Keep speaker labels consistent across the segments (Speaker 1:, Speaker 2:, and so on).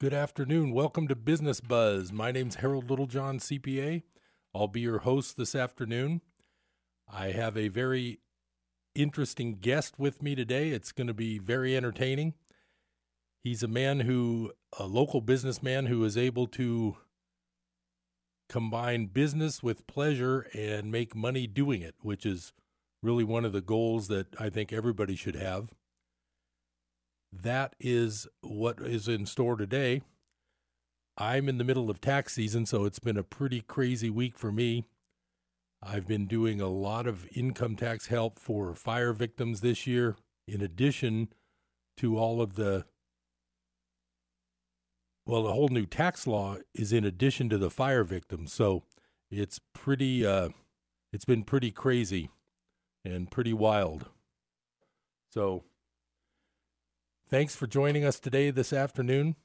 Speaker 1: Good afternoon. Welcome to Business Buzz. My name's Harold Littlejohn, CPA. I'll be your host this afternoon. I have a very interesting guest with me today. It's going to be very entertaining. He's a man who, a local businessman who is able to combine business with pleasure and make money doing it, which is really one of the goals that I think everybody should have. That is what is in store today. I'm in the middle of tax season, so it's been a pretty crazy week for me. I've been doing a lot of income tax help for fire victims this year, in addition to all of the well, the whole new tax law is in addition to the fire victims, so it's pretty. Uh, it's been pretty crazy and pretty wild. So, thanks for joining us today this afternoon.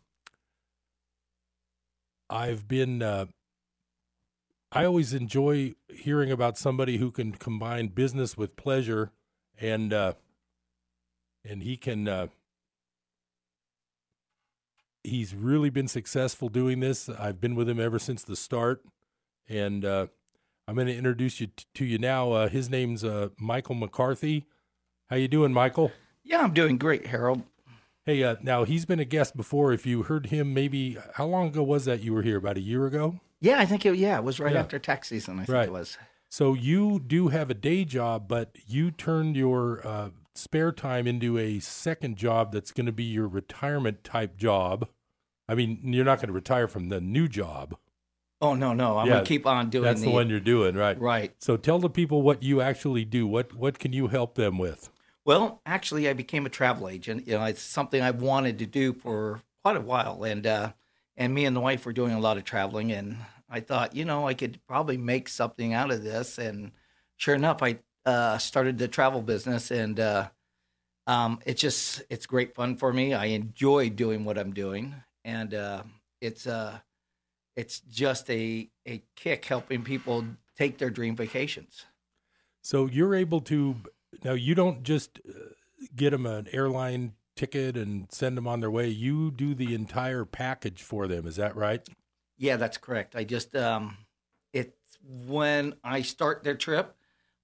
Speaker 1: I've been. Uh, I always enjoy hearing about somebody who can combine business with pleasure, and uh, and he can. Uh, he's really been successful doing this. I've been with him ever since the start, and uh, I'm going to introduce you t- to you now. Uh, his name's uh, Michael McCarthy. How you doing, Michael?
Speaker 2: Yeah, I'm doing great, Harold.
Speaker 1: Hey, uh, now he's been a guest before. If you heard him, maybe how long ago was that you were here? About a year ago.
Speaker 2: Yeah, I think it. Yeah, it was right
Speaker 1: Yeah.
Speaker 2: after tax season. I think
Speaker 1: Right.
Speaker 2: it was.
Speaker 1: So you do have a day job, but you turned your uh, spare time into a second job that's going to be your retirement type job. I mean, you're not going to retire from the new job.
Speaker 2: Oh no, no, I'm
Speaker 1: Yeah,
Speaker 2: gonna keep on doing
Speaker 1: That's the one you're doing, right?
Speaker 2: Right.
Speaker 1: So tell the people what you actually do. What what can you help them with?
Speaker 2: Well, actually, I became a travel agent. You know, it's something I've wanted to do for quite a while, and uh, and me and the wife were doing a lot of traveling, and I thought, you know, I could probably make something out of this, and sure enough, I uh, started the travel business, and uh, um, it's just it's great fun for me. I enjoy doing what I'm doing, and uh, it's uh, it's just a a kick helping people take their dream vacations.
Speaker 1: So you're able to now you don't just uh, get them an airline ticket and send them on their way. You do the entire package for them. Is that right?
Speaker 2: Yeah, that's correct. I just um it's when I start their trip,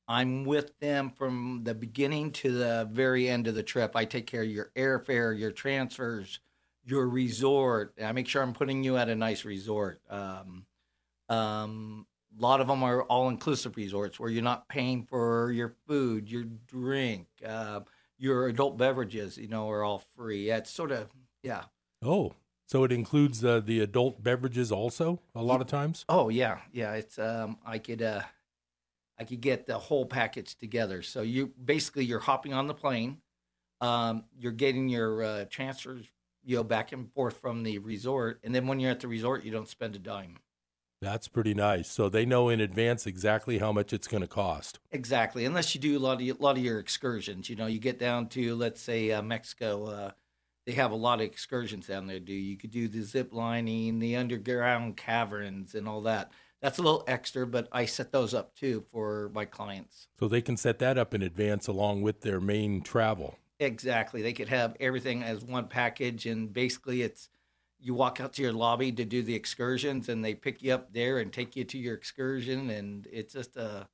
Speaker 2: I'm with them from the beginning to the very end of the trip. I take care of your airfare, your transfers, your resort. I make sure I'm putting you at a nice resort. Um um a lot of them are all inclusive resorts where you're not paying for your food, your drink, uh, your adult beverages, you know, are all free. Yeah, it's sort of, yeah.
Speaker 1: Oh, so it includes uh, the adult beverages also a lot of times.
Speaker 2: Oh yeah, yeah. It's um, I could uh, I could get the whole package together. So you basically you're hopping on the plane, um, you're getting your uh, transfers, you know, back and forth from the resort, and then when you're at the resort, you don't spend a dime.
Speaker 1: That's pretty nice. So they know in advance exactly how much it's going to cost.
Speaker 2: Exactly, unless you do a lot of a lot of your excursions. You know, you get down to let's say uh, Mexico. Uh, they have a lot of excursions down there. Do you could do the zip lining, the underground caverns, and all that. That's a little extra, but I set those up too for my clients.
Speaker 1: So they can set that up in advance along with their main travel.
Speaker 2: Exactly. They could have everything as one package, and basically, it's you walk out to your lobby to do the excursions, and they pick you up there and take you to your excursion, and it's just a,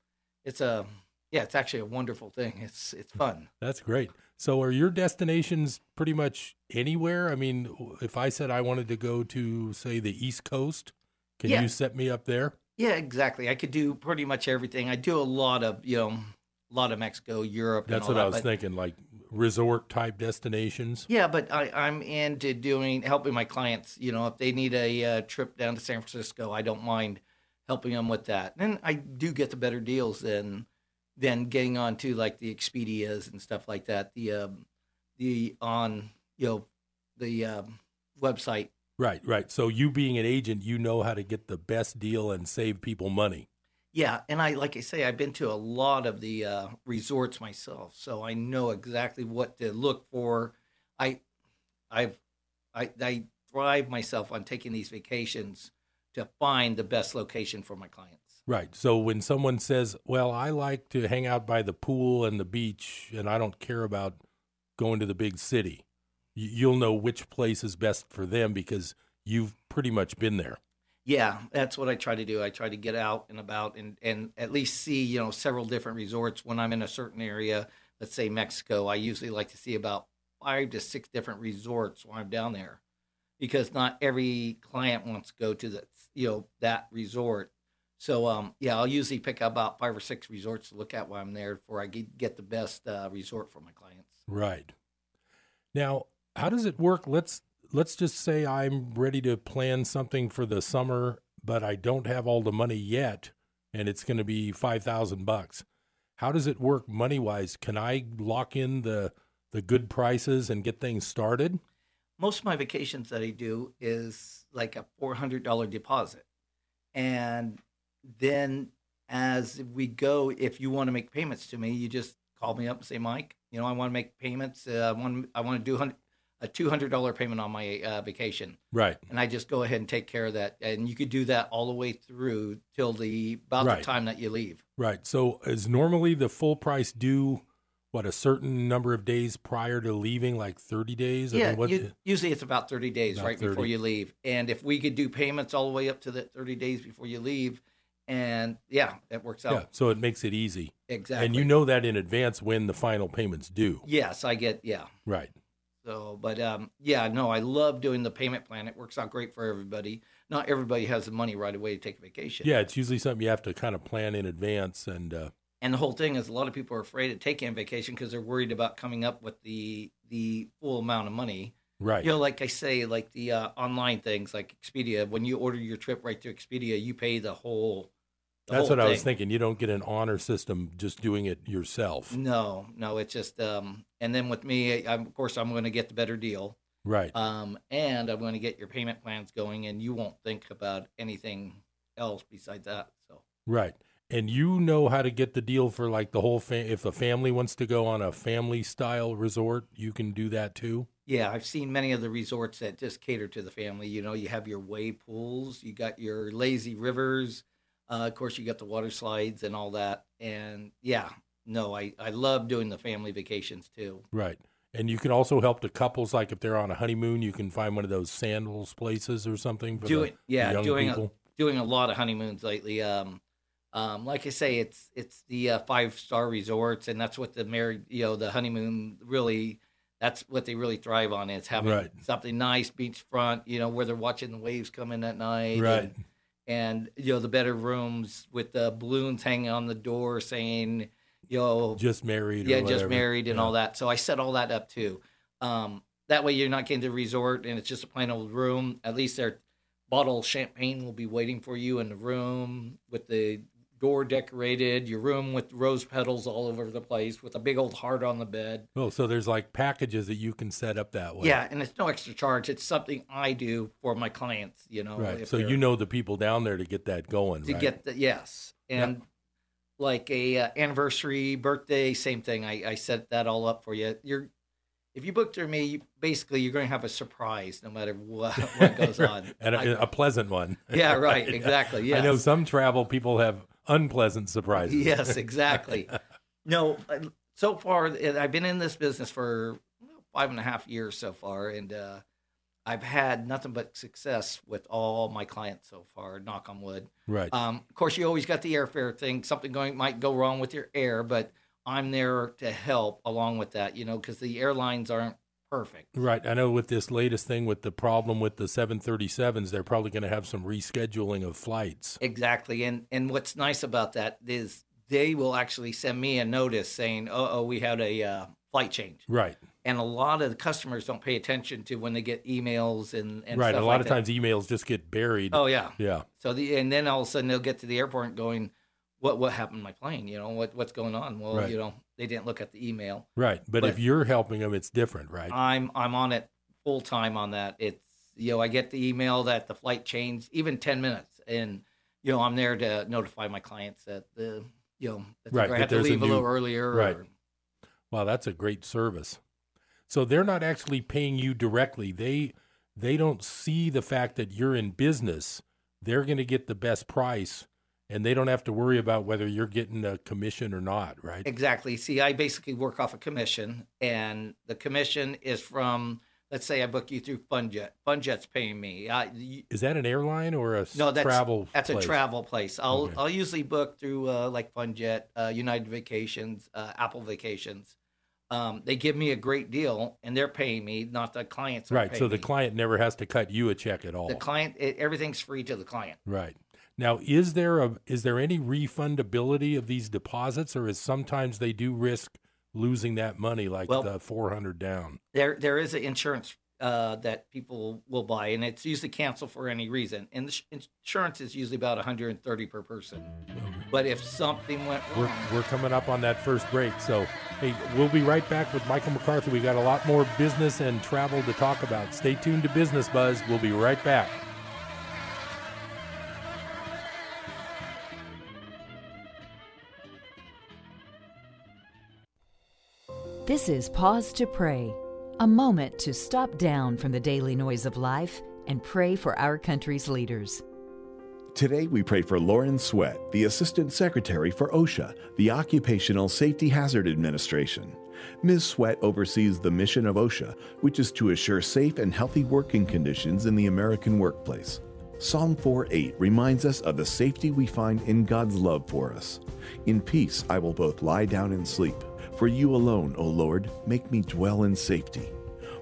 Speaker 2: it's a, yeah, it's actually a wonderful thing. It's it's fun.
Speaker 1: That's great. So are your destinations pretty much anywhere? I mean, if I said I wanted to go to say the East Coast, can
Speaker 2: Yeah.
Speaker 1: you set me up there?
Speaker 2: Yeah, exactly. I could do pretty much everything. I do a lot of you know, a lot of Mexico, Europe. and
Speaker 1: That's
Speaker 2: all
Speaker 1: what
Speaker 2: that,
Speaker 1: I was
Speaker 2: but-
Speaker 1: thinking, like resort type destinations.
Speaker 2: Yeah, but I, I'm into doing helping my clients. You know, if they need a uh, trip down to San Francisco, I don't mind helping them with that. And I do get the better deals than than getting on to like the Expedias and stuff like that. The um, the on you know the um, website.
Speaker 1: Right, right. So you being an agent, you know how to get the best deal and save people money.
Speaker 2: Yeah, and I like I say, I've been to a lot of the uh, resorts myself, so I know exactly what to look for. I, I've, I, I thrive myself on taking these vacations to find the best location for my clients.
Speaker 1: Right. So when someone says, "Well, I like to hang out by the pool and the beach and I don't care about going to the big city." y- You'll know which place is best for them because you've pretty much been there.
Speaker 2: yeah, that's what I try to do. I try to get out and about and and at least see you know several different resorts when I'm in a certain area. Let's say Mexico. I usually like to see about five to six different resorts when I'm down there, because not every client wants to go to the you know that resort. So um yeah, I'll usually pick about five or six resorts to look at while I'm there before I get get the best uh, resort for my clients.
Speaker 1: Right. Now, how does it work? Let's let's just say I'm ready to plan something for the summer, but I don't have all the money yet, and it's going to be five thousand bucks. How does it work money wise? Can I lock in the the good prices and get things started?
Speaker 2: most of my vacations that I do is like a four hundred dollar deposit, and then as we go, if you want to make payments to me, you just call me up and say, Mike, you know, I want to make payments. Uh, I want I want to do hun- a two hundred dollar payment on my uh, vacation,
Speaker 1: Right.
Speaker 2: and I just go ahead and take care of that. And you could do that all the way through till the about
Speaker 1: Right.
Speaker 2: the time that you leave.
Speaker 1: Right. So is normally the full price due what a certain number of days prior to leaving, like thirty days? I
Speaker 2: Yeah,
Speaker 1: mean, what-
Speaker 2: u- usually it's about 30 days
Speaker 1: About
Speaker 2: right before
Speaker 1: 30.
Speaker 2: you leave. And if we could do payments all the way up to the 30 days before you leave, and yeah, that works out
Speaker 1: yeah. So it makes it easy,
Speaker 2: exactly.
Speaker 1: and you know that in advance when the final payments due.
Speaker 2: yes, I get yeah.
Speaker 1: Right.
Speaker 2: So, but um, yeah, no, I love doing the payment plan. It works out great for everybody. Not everybody has the money right away to take a vacation.
Speaker 1: Yeah, it's usually something you have to kind of plan in advance, and uh,
Speaker 2: and the whole thing is a lot of people are afraid of taking a vacation because they're worried about coming up with the the full amount of money.
Speaker 1: right,
Speaker 2: You know, like I say, like the uh, online things, like Expedia. When you order your trip right through Expedia, you pay the whole. the
Speaker 1: that's
Speaker 2: whole
Speaker 1: what I was
Speaker 2: thing.
Speaker 1: thinking. You don't get an honor system just doing it yourself,
Speaker 2: No, no, it's just. Um, and then with me, I, I'm, of course, I'm going to get the better deal,
Speaker 1: right?
Speaker 2: um, and I'm going to get your payment plans going, and you won't think about anything else besides that. So
Speaker 1: right. And you know how to get the deal for like the whole fam. If a family wants to go on a family style resort, you can do that too.
Speaker 2: Yeah, I've seen many of the resorts that just cater to the family. You know, you have your wave pools, you got your lazy rivers, uh, of course, you got the water slides and all that. And yeah, no, I, I love doing the family vacations too.
Speaker 1: Right. And you can also help the couples, like if they're on a honeymoon, you can find one of those sandals places or something for
Speaker 2: Do
Speaker 1: the,
Speaker 2: it, yeah,
Speaker 1: the young
Speaker 2: doing
Speaker 1: people.
Speaker 2: a, doing a lot of honeymoons lately. Um, um, like I say, it's it's the uh, five star resorts, and that's what the married, you know, the honeymoon really. That's what they really thrive on is having
Speaker 1: Right.
Speaker 2: something nice, beachfront, you know, where they're watching the waves come in at night.
Speaker 1: right.
Speaker 2: and- and you know the better rooms with the balloons hanging on the door saying you know
Speaker 1: Just married.
Speaker 2: yeah
Speaker 1: or
Speaker 2: just
Speaker 1: whatever.
Speaker 2: married and
Speaker 1: Yeah.
Speaker 2: all that so i set all that up too um, that way you're not getting to a resort and it's just a plain old room at least their bottle of champagne will be waiting for you in the room with the door decorated your room with rose petals all over the place with a big old heart on the bed
Speaker 1: Oh, so there's like packages that you can set up that way.
Speaker 2: yeah and it's no extra charge it's something i do for my clients you know
Speaker 1: Right.
Speaker 2: if
Speaker 1: So
Speaker 2: they're-
Speaker 1: you know the people down there to get that going.
Speaker 2: to
Speaker 1: right?
Speaker 2: get the yes and like a uh, anniversary birthday same thing I, I set that all up for you you're if you book through me you, basically you're going to have a surprise no matter what, what goes on
Speaker 1: and
Speaker 2: I-
Speaker 1: a, a pleasant one.
Speaker 2: yeah right exactly yeah
Speaker 1: I know some travel people have unpleasant surprises.
Speaker 2: yes exactly no uh, so far uh, i've been in this business for five and a half years so far and uh, i've had nothing but success with all my clients so far knock on wood
Speaker 1: Right.
Speaker 2: Um, of course, you always got the airfare thing. Something going might go wrong with your air, but I'm there to help along with that. You know, because the airlines aren't perfect.
Speaker 1: right. I know with this latest thing with the problem with the 737s, they're probably going to have some rescheduling of flights.
Speaker 2: Exactly. And and what's nice about that is they will actually send me a notice saying, "Uh oh, we had a uh, flight change."
Speaker 1: Right.
Speaker 2: And a lot of the customers don't pay attention to when they get emails and, and
Speaker 1: right. A
Speaker 2: stuff
Speaker 1: lot
Speaker 2: like
Speaker 1: of
Speaker 2: that.
Speaker 1: times emails just get buried.
Speaker 2: Oh yeah.
Speaker 1: Yeah.
Speaker 2: So the and then all of a sudden they'll get to the airport going, "What what happened to my plane? You know what what's going on?" Well,
Speaker 1: Right.
Speaker 2: you know they didn't look at the email.
Speaker 1: Right. But, if
Speaker 2: But-
Speaker 1: you're helping them, it's different, right?
Speaker 2: I'm I'm on it full time on that. It's you know I get the email that the flight changed even ten minutes, and you know I'm there to notify my clients that the you know
Speaker 1: Right,
Speaker 2: that they're
Speaker 1: that
Speaker 2: gonna have to
Speaker 1: there's a
Speaker 2: leave a,
Speaker 1: new-
Speaker 2: little earlier.
Speaker 1: right.
Speaker 2: or-
Speaker 1: Wow, that's a great service. So they're not actually paying you directly. They they don't see the fact that you're in business. They're going to get the best price and they don't have to worry about whether you're getting a commission or not, right?
Speaker 2: exactly. See, I basically work off a commission, and the commission is from Let's say I book you through FunJet. FunJet's paying me. I, you-
Speaker 1: Is that an airline or a s-
Speaker 2: No, that's-
Speaker 1: travel?
Speaker 2: that's
Speaker 1: place?
Speaker 2: a travel place. I'll
Speaker 1: Okay.
Speaker 2: I'll usually book through uh, like FunJet, uh, United Vacations, uh, Apple Vacations. Um, they give me a great deal, and they're paying me, not the clients. Are
Speaker 1: Right.
Speaker 2: paying
Speaker 1: So the
Speaker 2: me.
Speaker 1: client never has to cut you a check at all.
Speaker 2: the client, it, everything's free to the client.
Speaker 1: Right. Now, is there a is there any refundability of these deposits, or is sometimes they do risk losing that money, like
Speaker 2: Well-
Speaker 1: the four hundred down?
Speaker 2: There there is an insurance uh, that people will buy, and it's usually canceled for any reason. And the sh- insurance is usually about 130 per person. But if something went
Speaker 1: We're,
Speaker 2: wrong,
Speaker 1: we're coming up on that first break, so hey, we'll be right back with Michael McCarthy. We got a lot more business and travel to talk about. Stay tuned to Business Buzz. We'll be right back.
Speaker 3: This is Pause to Pray, a moment to stop down from the daily noise of life and pray for our country's leaders.
Speaker 4: Today, we pray for Lauren Sweat, the Assistant Secretary for OSHA, the Occupational Safety Hazard Administration. Ms. Sweat oversees the mission of OSHA, which is to assure safe and healthy working conditions in the American workplace. Psalm 4 8 reminds us of the safety we find in God's love for us. In peace, I will both lie down and sleep. For you alone, O Lord, make me dwell in safety.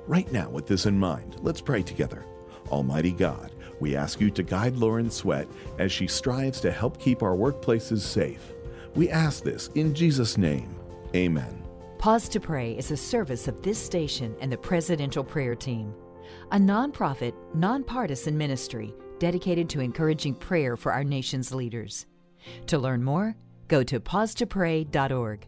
Speaker 4: Right now, with this in mind, let's pray together. Almighty God, we ask you to guide Lauren Sweat as she strives to help keep our workplaces safe. We ask this in Jesus' name. Amen.
Speaker 3: Pause to Pray is a service of this station and the Presidential Prayer Team, a nonprofit, nonpartisan ministry dedicated to encouraging prayer for our nation's leaders. To learn more, go to pausetopray.org.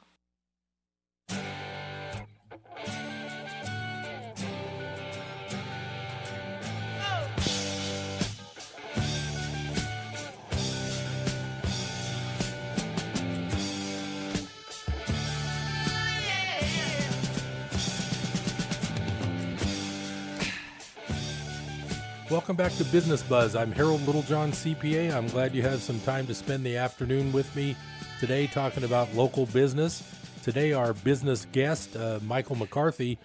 Speaker 1: Welcome back to Business Buzz. I'm Harold Littlejohn, CPA. I'm glad you have some time to spend the afternoon with me today talking about local business. Today, our business guest, uh, Michael McCarthy,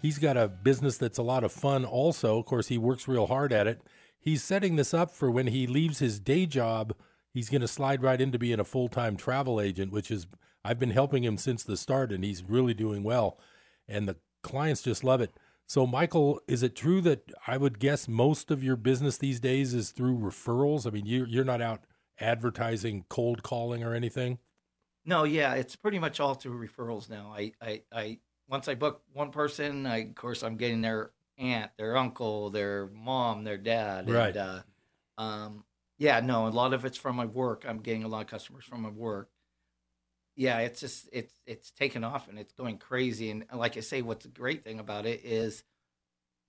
Speaker 1: he's got a business that's a lot of fun, also. Of course, he works real hard at it. He's setting this up for when he leaves his day job, he's going to slide right into being a full time travel agent, which is, I've been helping him since the start, and he's really doing well and the clients just love it. So, Michael, is it true that I would guess most of your business these days is through referrals? I mean, you, you're not out advertising, cold calling, or anything.
Speaker 2: No, yeah, it's pretty much all through referrals now. I, I, I once I book one person, I of course I'm getting their aunt, their uncle, their mom, their dad,
Speaker 1: Right.
Speaker 2: And, uh, um, yeah, no, a lot of it's from my work. I'm getting a lot of customers from my work. Yeah, it's just it's it's taken off and it's going crazy. And like I say, what's the great thing about it is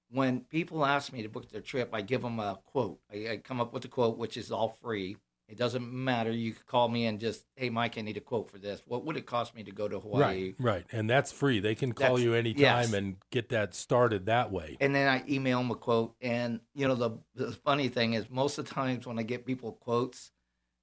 Speaker 2: when people ask me to book their trip, I give them a quote. I, I come up with a quote, which is all free. It doesn't matter. You could call me and just, hey, Mike, I need a quote for this. What would it cost me to go to Hawaii?
Speaker 1: Right, right. And that's free. They can call
Speaker 2: That's-
Speaker 1: you anytime
Speaker 2: yes.
Speaker 1: and get that started that way.
Speaker 2: And then I email them a quote. And, you know, the, the funny thing is, most of the times when I get people quotes,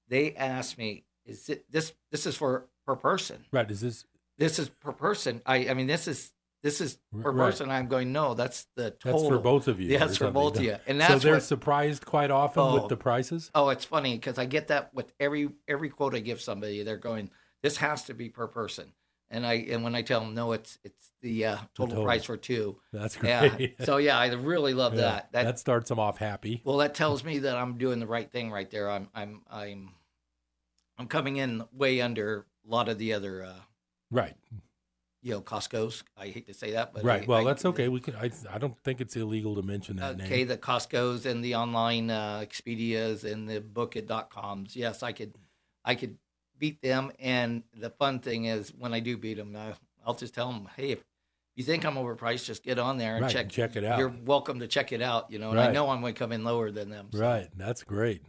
Speaker 2: they ask me, is it this? This is for per person.
Speaker 1: Right. Is this
Speaker 2: This is per person. I, I mean, this is this is per
Speaker 1: R- right.
Speaker 2: person. I'm going. No, that's the
Speaker 1: that's
Speaker 2: total.
Speaker 1: for both of you?
Speaker 2: Yeah,
Speaker 1: or
Speaker 2: it's for
Speaker 1: something.
Speaker 2: both of you. And
Speaker 1: so
Speaker 2: that's
Speaker 1: they're
Speaker 2: what-
Speaker 1: surprised quite often
Speaker 2: Oh.
Speaker 1: with the prices.
Speaker 2: Oh, it's funny because I get that with every every quote I give somebody. They're going, "This has to be per person," and I and when I tell them, "No, it's it's the uh, total,
Speaker 1: total.
Speaker 2: price for two.
Speaker 1: That's
Speaker 2: Yeah.
Speaker 1: great.
Speaker 2: so yeah, I really love
Speaker 1: Yeah,
Speaker 2: that. That
Speaker 1: that starts them off happy.
Speaker 2: well, that tells me that I'm doing the right thing right there. I'm I'm I'm I'm coming in way under a lot of the other uh,
Speaker 1: Right.
Speaker 2: you know Costco's. I hate to say that, but
Speaker 1: Right.
Speaker 2: I-
Speaker 1: well,
Speaker 2: I-
Speaker 1: that's okay. We can. I, I don't think it's illegal to mention that name.
Speaker 2: Okay, the Costco's and the online uh, Expedias and the Bookit.coms. Yes, I could, I could beat them. And the fun thing is, when I do beat them, I, I'll just tell them, hey, if you think I'm overpriced, just get on there and
Speaker 1: Right,
Speaker 2: check
Speaker 1: check it out.
Speaker 2: You're welcome to check it out. You know, and I
Speaker 1: Right.
Speaker 2: know I'm going to come in lower than them. so.
Speaker 1: Right. That's great.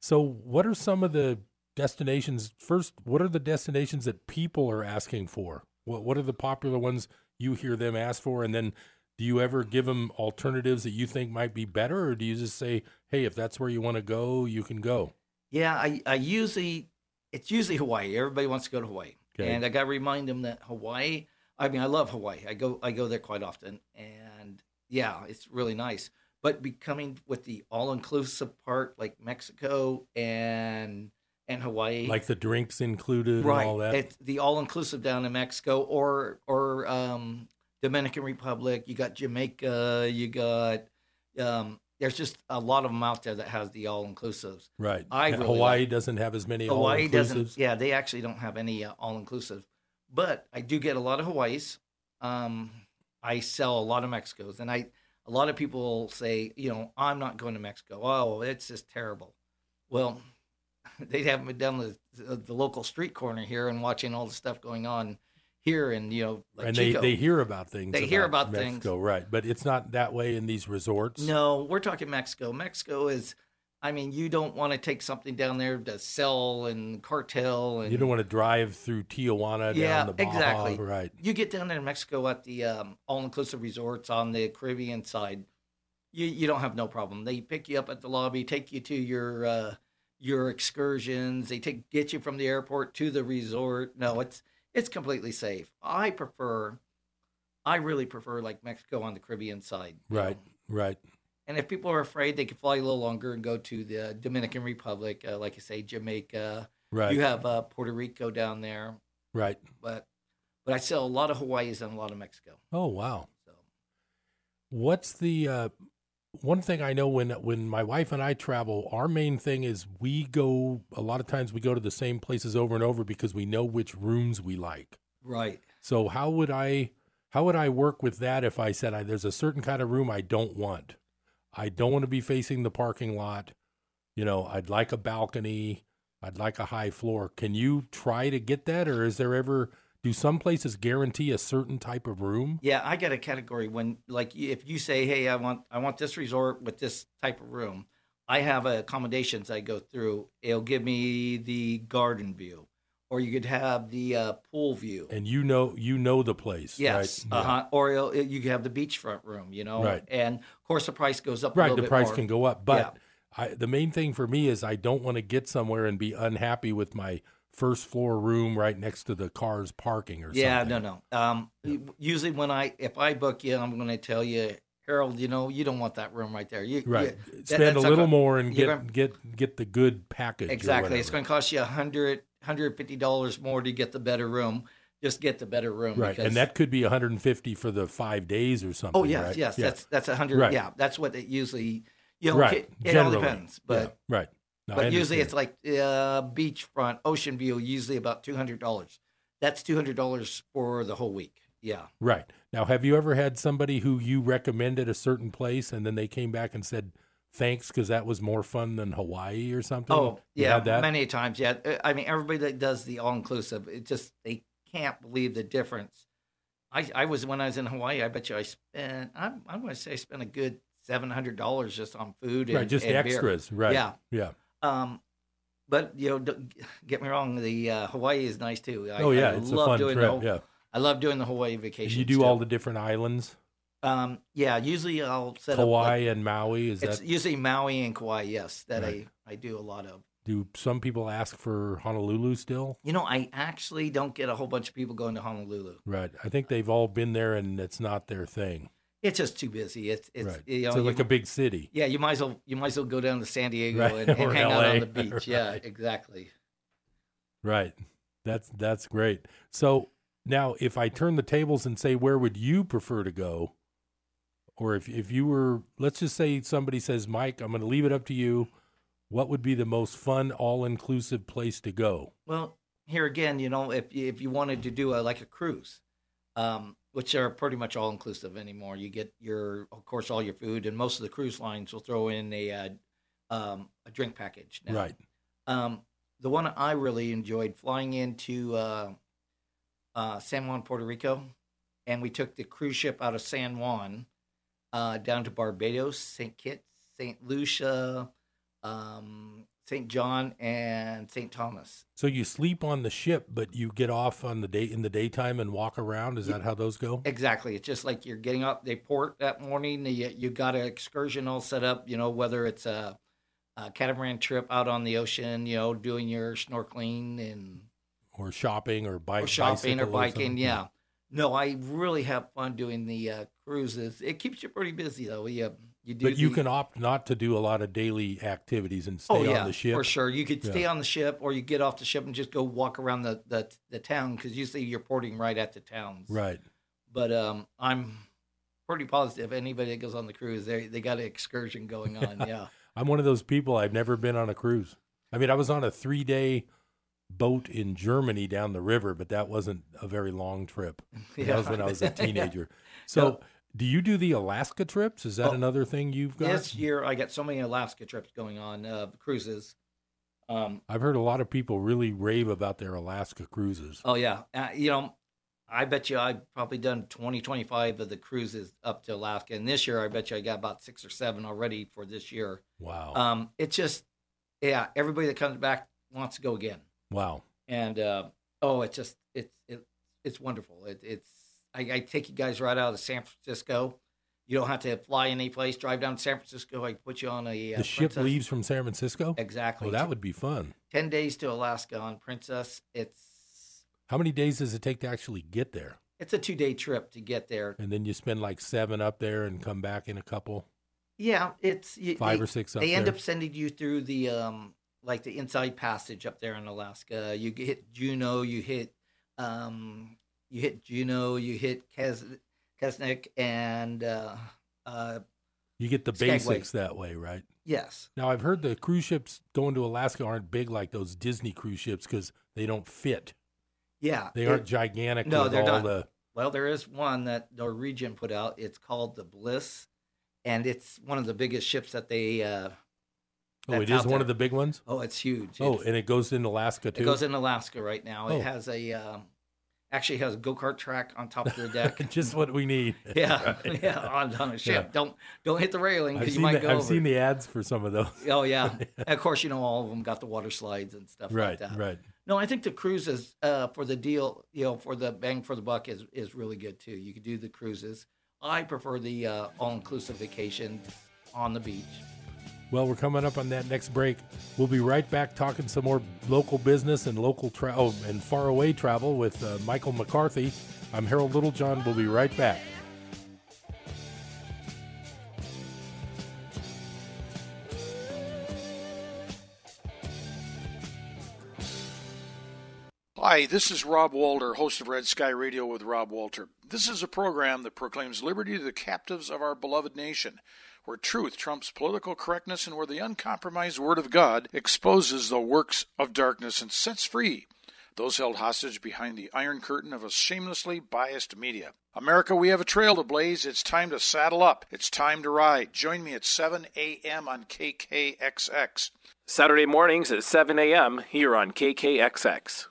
Speaker 1: So, what are some of the destinations? First, what are the destinations that people are asking for? What What are the popular ones you hear them ask for? And then, do you ever give them alternatives that you think might be better, or do you just say, "Hey, if that's where you want to go, you can go."
Speaker 2: Yeah, I, I usually it's usually Hawaii. Everybody wants to go to Hawaii,
Speaker 1: Okay.
Speaker 2: and I got to remind them that Hawaii. I mean, I love Hawaii. I go I go there quite often, and yeah, it's really nice. But becoming with the all inclusive part, like Mexico and and Hawaii,
Speaker 1: Like the drinks included
Speaker 2: right?
Speaker 1: and all that.
Speaker 2: It's the all inclusive down in Mexico or or um, Dominican Republic. You got Jamaica. You got um, there's just a lot of them out there that has the all inclusives.
Speaker 1: right.
Speaker 2: I
Speaker 1: And
Speaker 2: really
Speaker 1: Hawaii
Speaker 2: like-
Speaker 1: doesn't have as many
Speaker 2: Hawaii doesn't.
Speaker 1: all-inclusives.
Speaker 2: Yeah, they actually don't have any uh, all inclusive. But I do get a lot of Hawaii's. Um, I sell a lot of Mexico's, and I a lot of people say, you know, I'm not going to Mexico. Oh, it's just terrible. Well, they haven't been down the the local street corner here and watching all the stuff going on here, and you know, like
Speaker 1: and
Speaker 2: Chico.
Speaker 1: they, they hear about things.
Speaker 2: They hear about things.
Speaker 1: Mexico, right? But it's not that way in these resorts.
Speaker 2: No, we're talking Mexico. Mexico is, I mean, you don't want to take something down there to sell and cartel and
Speaker 1: You don't want to drive through Tijuana
Speaker 2: Yeah,
Speaker 1: down the Baja,
Speaker 2: exactly.
Speaker 1: right?
Speaker 2: you get down there in Mexico at the um, all-inclusive resorts on the Caribbean side, you you don't have no problem. They pick you up at the lobby, take you to your uh, your excursions. They take get you from the airport to the resort. No, it's it's completely safe. I prefer, I really prefer like Mexico on the Caribbean side. you know.
Speaker 1: Right, right,
Speaker 2: And if people are afraid, they can fly a little longer and go to the Dominican Republic, uh, like I say, Jamaica.
Speaker 1: right,
Speaker 2: You have uh, Puerto Rico down there,
Speaker 1: right.
Speaker 2: but but I sell a lot of Hawaii's and a lot of Mexico.
Speaker 1: Oh wow!
Speaker 2: So
Speaker 1: What's the uh, one thing I know when when my wife and I travel, our main thing is we go. A lot of times we go to the same places over and over because we know which rooms we like.
Speaker 2: right,
Speaker 1: So how would I how would I work with that if I said I, there's a certain kind of room I don't want? I don't want to be facing the parking lot. You know, I'd like a balcony. I'd like a high floor. Can you try to get that, or is there ever do some places guarantee a certain type of room?
Speaker 2: yeah, I got a category when like you- if you say, hey, I want I want this resort with this type of room, I have accommodations I go through. It'll give me the garden view, or you could have the uh, pool view.
Speaker 1: And you know, you know the place.
Speaker 2: Yes,
Speaker 1: right?
Speaker 2: uh-huh. or it'll, it- you could have the beachfront room, you know,
Speaker 1: Right.
Speaker 2: and of course the price goes up. a
Speaker 1: Right,
Speaker 2: little
Speaker 1: the
Speaker 2: bit
Speaker 1: price
Speaker 2: more.
Speaker 1: can go up, but I, the main thing for me is I don't want to get somewhere and be unhappy with my first floor room right next to the car's parking or
Speaker 2: yeah,
Speaker 1: something.
Speaker 2: no, no. Um, Usually when I if I book you, I'm going to tell you, Harold, you know, you don't want that room right there. You,
Speaker 1: Right.
Speaker 2: you- that-
Speaker 1: Spend a
Speaker 2: that's not
Speaker 1: little
Speaker 2: gonna-
Speaker 1: more and
Speaker 2: you're
Speaker 1: get
Speaker 2: gonna-
Speaker 1: get get the good package. or
Speaker 2: Exactly. It's
Speaker 1: whatever.
Speaker 2: going to cost you a hundred, hundred fifty dollars more to get the better room. Just get the better room,
Speaker 1: right,
Speaker 2: because-
Speaker 1: and that could be 150 for the five days or something.
Speaker 2: Oh yes,
Speaker 1: right?
Speaker 2: yes.
Speaker 1: Yeah.
Speaker 2: That's that's a hundred.
Speaker 1: Right.
Speaker 2: Yeah, that's what it usually. You know,
Speaker 1: right.
Speaker 2: It, it all
Speaker 1: generally.
Speaker 2: depends, but.
Speaker 1: Yeah, right. No, I
Speaker 2: but usually
Speaker 1: understand.
Speaker 2: it's like uh, beachfront, ocean view, usually about two hundred dollars. That's two hundred dollars for the whole week. Yeah.
Speaker 1: right now. Have you ever had somebody who you recommended a certain place and then they came back and said thanks because that was more fun than Hawaii or something?
Speaker 2: Oh,
Speaker 1: You
Speaker 2: yeah.
Speaker 1: had that?
Speaker 2: Many times, yeah. Uh, I mean, everybody that does the all inclusive, it just they can't believe the difference. I, I was when I was in Hawaii. I bet you I spent. I'm I'm going to say I spent a good seven hundred dollars just on food. And,
Speaker 1: right, just
Speaker 2: and beer.
Speaker 1: extras. Right.
Speaker 2: Yeah.
Speaker 1: Yeah.
Speaker 2: Um, but you know, don't get me wrong. The uh, Hawaii is nice too. I,
Speaker 1: oh yeah,
Speaker 2: I
Speaker 1: it's
Speaker 2: love
Speaker 1: a fun
Speaker 2: doing
Speaker 1: trip.
Speaker 2: The, whole-
Speaker 1: yeah.
Speaker 2: I love doing the Hawaii
Speaker 1: And
Speaker 2: vacation.
Speaker 1: you do all the different islands,
Speaker 2: Um, yeah, usually I'll set up like-
Speaker 1: Hawaii and Maui. Is
Speaker 2: it's
Speaker 1: that
Speaker 2: usually Maui and Kauai. Yes, that
Speaker 1: Right.
Speaker 2: I I do a lot of.
Speaker 1: do some people ask for Honolulu still?
Speaker 2: You know, I actually don't get a whole bunch of people going to Honolulu.
Speaker 1: Right. I think they've all been there and it's not their thing.
Speaker 2: It's just too busy. It's it's
Speaker 1: right.
Speaker 2: you know,
Speaker 1: so
Speaker 2: you-
Speaker 1: like a big city.
Speaker 2: yeah, you might as well you might as well go down to San Diego
Speaker 1: Right,
Speaker 2: and, and
Speaker 1: or
Speaker 2: hang out on
Speaker 1: LA,
Speaker 2: the beach. Yeah,
Speaker 1: right.
Speaker 2: exactly.
Speaker 1: Right. That's that's great. So now if I turn the tables and say where would you prefer to go? Or if if you were let's just say somebody says, Mike, I'm gonna leave it up to you. What would be the most fun, all inclusive place to go?
Speaker 2: Well, here again, you know, if you- if you wanted to do a, like a cruise, um, which are pretty much all inclusive anymore, you get your of course all your food, and most of the cruise lines will throw in a uh, um, a drink package. Now.
Speaker 1: Right.
Speaker 2: Um, the one I really enjoyed flying into uh, uh, San Juan, Puerto Rico, and we took the cruise ship out of San Juan uh, down to Barbados, St. Kitts, St. Lucia, um, St. John, and St. Thomas.
Speaker 1: So you sleep on the ship, but you get off on the day in the daytime and walk around. Is that how those go?
Speaker 2: Exactly. It's just like you're getting up. They port that morning. You, you got an excursion all set up. You know whether it's a, a catamaran trip out on the ocean. You know doing your snorkeling and
Speaker 1: Or shopping or bike
Speaker 2: or shopping or
Speaker 1: bicycle something?
Speaker 2: biking. yeah. No, I really have fun doing the uh, cruises. It keeps you pretty busy though. Yeah, you do.
Speaker 1: But you
Speaker 2: the-
Speaker 1: can opt not to do a lot of daily activities and stay
Speaker 2: oh, yeah,
Speaker 1: on the ship.
Speaker 2: for sure. You could stay
Speaker 1: Yeah.
Speaker 2: on the ship, or you get off the ship and just go walk around the the, the town because usually you're porting right at the towns.
Speaker 1: Right.
Speaker 2: But um, I'm pretty positive anybody that goes on the cruise, they they got an excursion going on. yeah.
Speaker 1: I'm one of those people. I've never been on a cruise. I mean, I was on a three day boat in Germany down the river, but that wasn't a very long trip. And That was when I was a
Speaker 2: Yeah.
Speaker 1: teenager. So, do you do the Alaska trips? Is that
Speaker 2: Oh.
Speaker 1: another thing you've got?
Speaker 2: This year, I got so many Alaska trips going on, uh, cruises. Um,
Speaker 1: I've heard a lot of people really rave about their Alaska cruises.
Speaker 2: Oh yeah, uh, you know, I bet you I've probably done 20, 25 of the cruises up to Alaska, and this year I bet you I got about six or seven already for this year.
Speaker 1: Wow.
Speaker 2: Um, it's just, yeah, everybody that comes back wants to go again,
Speaker 1: wow.
Speaker 2: and uh, oh, it's just it's it, it's wonderful. It, it's I, I take you guys right out of San Francisco. You don't have to fly anyplace. Drive down to San Francisco. I put you on a uh,
Speaker 1: the ship
Speaker 2: Princess-
Speaker 1: leaves from San Francisco?
Speaker 2: exactly.
Speaker 1: Well, that would be fun.
Speaker 2: ten days to Alaska on Princess. It's
Speaker 1: How many days does it take to actually get there?
Speaker 2: it's a two day trip to get there.
Speaker 1: And then you spend like seven up there and come back in a couple.
Speaker 2: Yeah, it's y-
Speaker 1: Five
Speaker 2: they,
Speaker 1: or six up
Speaker 2: They end
Speaker 1: there.
Speaker 2: up sending you through the um like the inside passage up there in Alaska. You g- hit Juneau, you hit um you hit Juneau, you hit Kes- Kesnick and uh uh
Speaker 1: You get the
Speaker 2: Skagway.
Speaker 1: basics that way, right?
Speaker 2: yes.
Speaker 1: Now I've heard the cruise ships going to Alaska aren't big like those Disney cruise ships because they don't fit.
Speaker 2: Yeah.
Speaker 1: They
Speaker 2: it-
Speaker 1: aren't gigantic
Speaker 2: No,
Speaker 1: with
Speaker 2: they're
Speaker 1: all
Speaker 2: not.
Speaker 1: the
Speaker 2: Well, there is one that Norwegian put out. It's called the Bliss and it's one of the biggest ships that they uh
Speaker 1: Oh,
Speaker 2: That's
Speaker 1: it is
Speaker 2: out
Speaker 1: one
Speaker 2: there.
Speaker 1: of the big ones?
Speaker 2: oh, it's huge.
Speaker 1: Oh,
Speaker 2: It's-
Speaker 1: and it goes in Alaska too.
Speaker 2: It goes in Alaska right now.
Speaker 1: Oh.
Speaker 2: It has a um, actually has a go kart track on top of the deck.
Speaker 1: Just what we need.
Speaker 2: yeah,
Speaker 1: Right.
Speaker 2: yeah, on, on a ship. Don't don't hit the railing
Speaker 1: I've,
Speaker 2: because you
Speaker 1: seen
Speaker 2: might
Speaker 1: the,
Speaker 2: go
Speaker 1: I've
Speaker 2: over.
Speaker 1: seen the ads for some of those.
Speaker 2: Oh yeah. And of course, you know all of them got the water slides and stuff
Speaker 1: right,
Speaker 2: like that.
Speaker 1: right.
Speaker 2: No, I think the cruises uh, for the deal, you know, for the bang for the buck is is really good too. You could do the cruises. I prefer the uh, all inclusive vacation on the beach.
Speaker 1: Well, we're coming up on that next break. We'll be right back talking some more local business and local travel oh, and faraway travel with uh, Michael McCarthy. I'm Harold Littlejohn. We'll be right back.
Speaker 5: Hi, this is Rob Walter, host of Red Sky Radio with Rob Walter. This is a program that proclaims liberty to the captives of our beloved nation, where truth trumps political correctness and where the uncompromised Word of God exposes the works of darkness and sets free those held hostage behind the iron curtain of a shamelessly biased media. America, we have a trail to blaze. It's time to saddle up. It's time to ride. Join me at 7 a.m. on KKXX.
Speaker 6: Saturday mornings at 7 a.m. here on KKXX.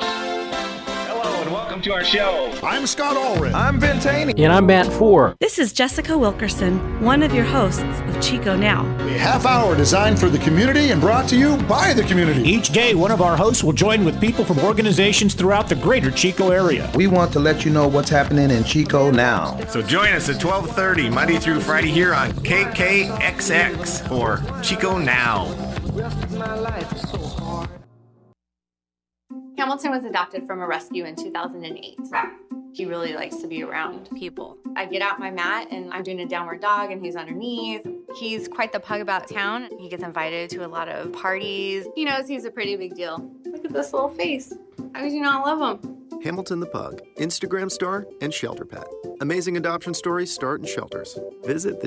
Speaker 7: Hello and welcome to our show.
Speaker 8: I'm Scott Ulrich.
Speaker 7: I'm Ben Taney.
Speaker 9: And I'm Matt Four.
Speaker 10: This is Jessica Wilkerson, one of your hosts of Chico Now.
Speaker 8: A half hour designed for the community and brought to you by the community.
Speaker 9: Each day, one of our hosts will join with people from organizations throughout the greater Chico area.
Speaker 7: We want to let you know what's happening in Chico now.
Speaker 8: So join us at 12:30 Monday through Friday here on KKXX or Chico Now.
Speaker 11: Hamilton was adopted from a rescue in 2008. He really likes to be around people. I get out my mat and I'm doing a downward dog and he's underneath. He's quite the pug about town. He gets invited to a lot of parties. He knows he's a pretty big deal. Look at this little face. How could you not love him?
Speaker 7: Hamilton the Pug, Instagram star and shelter pet. Amazing adoption stories start in shelters. Visit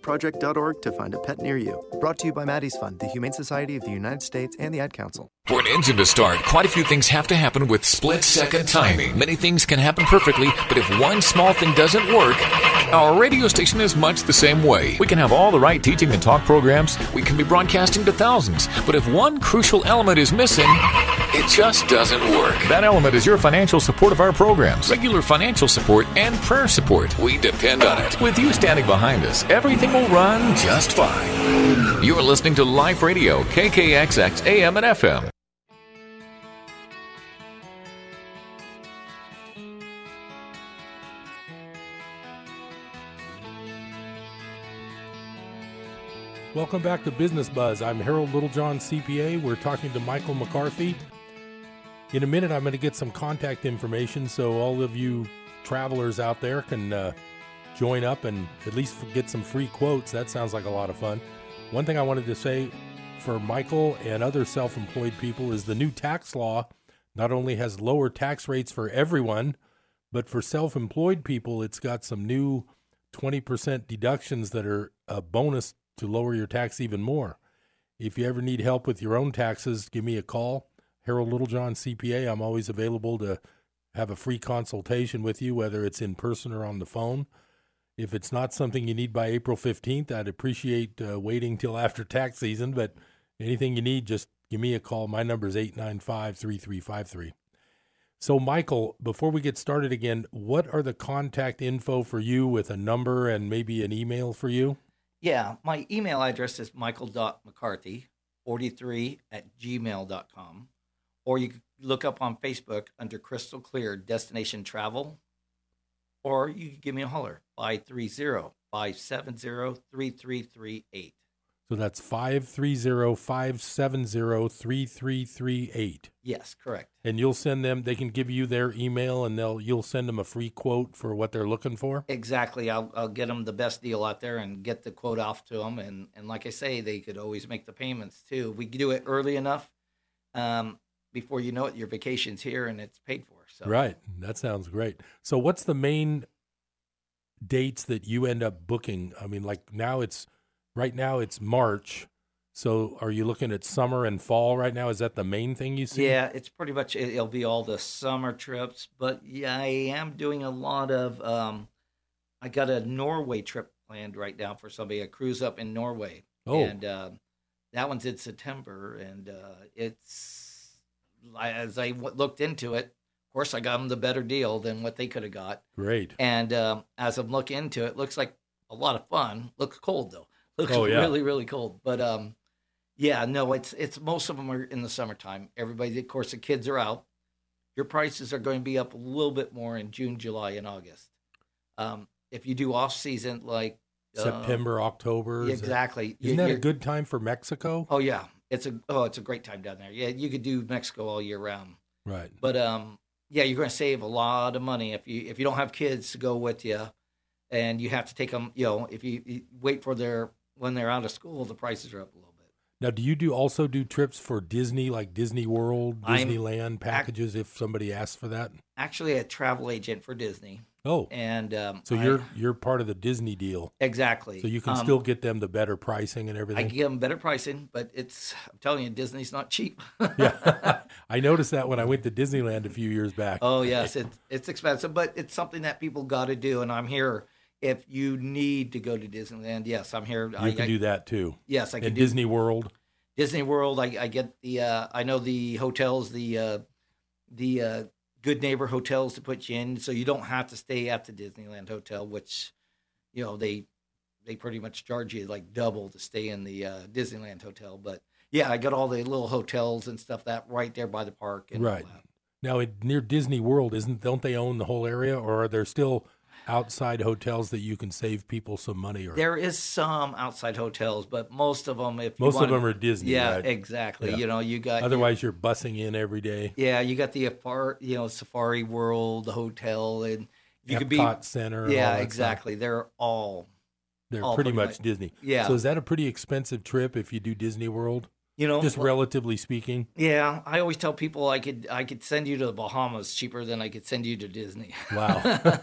Speaker 7: theshelterpetproject.org to find a pet near you. Brought to you by Maddie's Fund, the Humane Society of the United States, and the Ad Council.
Speaker 12: For an engine to start, quite a few things have to happen with split second timing. Many things can happen perfectly, but if one small thing doesn't work, our radio station is much the same way. We can have all the right teaching and talk programs, we can be broadcasting to thousands, but if one crucial element is missing, It just doesn't work. That element is your financial support of our programs. Regular financial support and prayer support. We depend on it. With you standing behind us, everything will run just fine. You're listening to Life Radio, KKXX AM and FM.
Speaker 1: Welcome back to Business Buzz. I'm Harold Littlejohn, CPA. We're talking to Michael McCarthy. In a minute, I'm going to get some contact information so all of you travelers out there can uh, join up and at least get some free quotes. That sounds like a lot of fun. One thing I wanted to say for Michael and other self employed people is the new tax law not only has lower tax rates for everyone, but for self employed people, it's got some new 20% deductions that are a bonus to lower your tax even more. If you ever need help with your own taxes, give me a call. Harold Littlejohn, CPA. I'm always available to have a free consultation with you, whether it's in person or on the phone. If it's not something you need by April 15th, I'd appreciate uh, waiting till after tax season, but anything you need, just give me a call. My number is 895 3353. So, Michael, before we get started again, what are the contact info for you with a number and maybe an email for you?
Speaker 2: Yeah, my email address is michael.mccarthy43 at gmail.com. Or you could look up on Facebook under Crystal Clear Destination Travel. Or you could give me a holler, 530 570 3338.
Speaker 1: So that's 530 570 3338.
Speaker 2: Yes, correct.
Speaker 1: And you'll send them, they can give you their email and they'll, you'll send them a free quote for what they're looking for.
Speaker 2: Exactly. I'll, I'll get them the best deal out there and get the quote off to them. And, and like I say, they could always make the payments too. If we do it early enough, um, before you know it, your vacation's here and it's paid for. So.
Speaker 1: Right. That sounds great. So, what's the main dates that you end up booking? I mean, like now it's, right now it's March. So are you looking at summer and fall right now? Is that the main thing you see?
Speaker 2: Yeah, it's pretty much it'll be all the summer trips, but yeah, I am doing a lot of um I got a Norway trip planned right now for somebody, a cruise up in Norway.
Speaker 1: Oh.
Speaker 2: And uh, that one's in September and uh it's as I w- looked into it, of course I got them the better deal than what they could have got.
Speaker 1: Great.
Speaker 2: And um, as I'm looking into it, looks like a lot of fun. Looks cold though looks
Speaker 1: Oh, yeah.
Speaker 2: really really cold but um yeah no it's it's most of them are in the summertime everybody of course the kids are out your prices are going to be up a little bit more in june july and august um if you do off season like uh,
Speaker 1: September, October. is that-
Speaker 2: exactly
Speaker 1: Isn't
Speaker 2: You-
Speaker 1: that a
Speaker 2: you're-
Speaker 1: good time for Mexico?
Speaker 2: oh yeah it's a oh it's a great time down there yeah you could do mexico all year round
Speaker 1: Right.
Speaker 2: but um, yeah, you're going to save a lot of money if you if you don't have kids to go with you, and you have to take them. You know, if you, you wait for their when they're out of school, the prices are up a little bit.
Speaker 1: Now, do you do also do trips for Disney, like Disney World,
Speaker 2: I'm
Speaker 1: Disneyland packages? if somebody asks for that,
Speaker 2: Actually, a travel agent for Disney.
Speaker 1: oh,
Speaker 2: and um,
Speaker 1: so
Speaker 2: I-
Speaker 1: you're you're part of the Disney deal,
Speaker 2: exactly.
Speaker 1: so you can
Speaker 2: Um,
Speaker 1: still get them the better pricing and
Speaker 2: I
Speaker 1: everything.
Speaker 2: can give them better pricing, but it's I'm telling you, Disney's not cheap.
Speaker 1: I noticed that when I went to Disneyland a few years back.
Speaker 2: Oh yes, it's it's expensive, but it's something that people got to do, and I'm here. If you need to go to Disneyland, yes, I'm here.
Speaker 1: you
Speaker 2: I,
Speaker 1: can
Speaker 2: I-
Speaker 1: do that too.
Speaker 2: Yes, I can
Speaker 1: And
Speaker 2: do-
Speaker 1: Disney World.
Speaker 2: Disney World. I, I get the uh, I know the hotels, the uh, the uh, good neighbor hotels to put you in, so you don't have to stay at the Disneyland hotel, which you know they they pretty much charge you like double to stay in the uh, Disneyland hotel. But yeah, I got all the little hotels and stuff that right there by the park. And all
Speaker 1: Right.
Speaker 2: that.
Speaker 1: Now, in, near Disney World, isn't don't they own the whole area, or are there still outside hotels that you can save people some money? Or
Speaker 2: There is some outside hotels, but most of them, if you
Speaker 1: most of
Speaker 2: wanna-
Speaker 1: them are Disney.
Speaker 2: yeah,
Speaker 1: right?
Speaker 2: exactly.
Speaker 1: Yeah.
Speaker 2: You know, you got your-
Speaker 1: Otherwise, you're bussing in every day.
Speaker 2: Yeah, you got the afar, you know, Safari World, the hotel, and you could be
Speaker 1: Epcot Center and all
Speaker 2: Yeah,
Speaker 1: that stuff.
Speaker 2: exactly. They're all
Speaker 1: They're
Speaker 2: all
Speaker 1: pretty, much, Disney.
Speaker 2: Yeah.
Speaker 1: So is that a pretty expensive trip if you do Disney World?
Speaker 2: You know,
Speaker 1: just
Speaker 2: well-
Speaker 1: relatively speaking.
Speaker 2: yeah, I always tell people I could I could send you to the Bahamas cheaper than I could send you to Disney.
Speaker 1: Wow.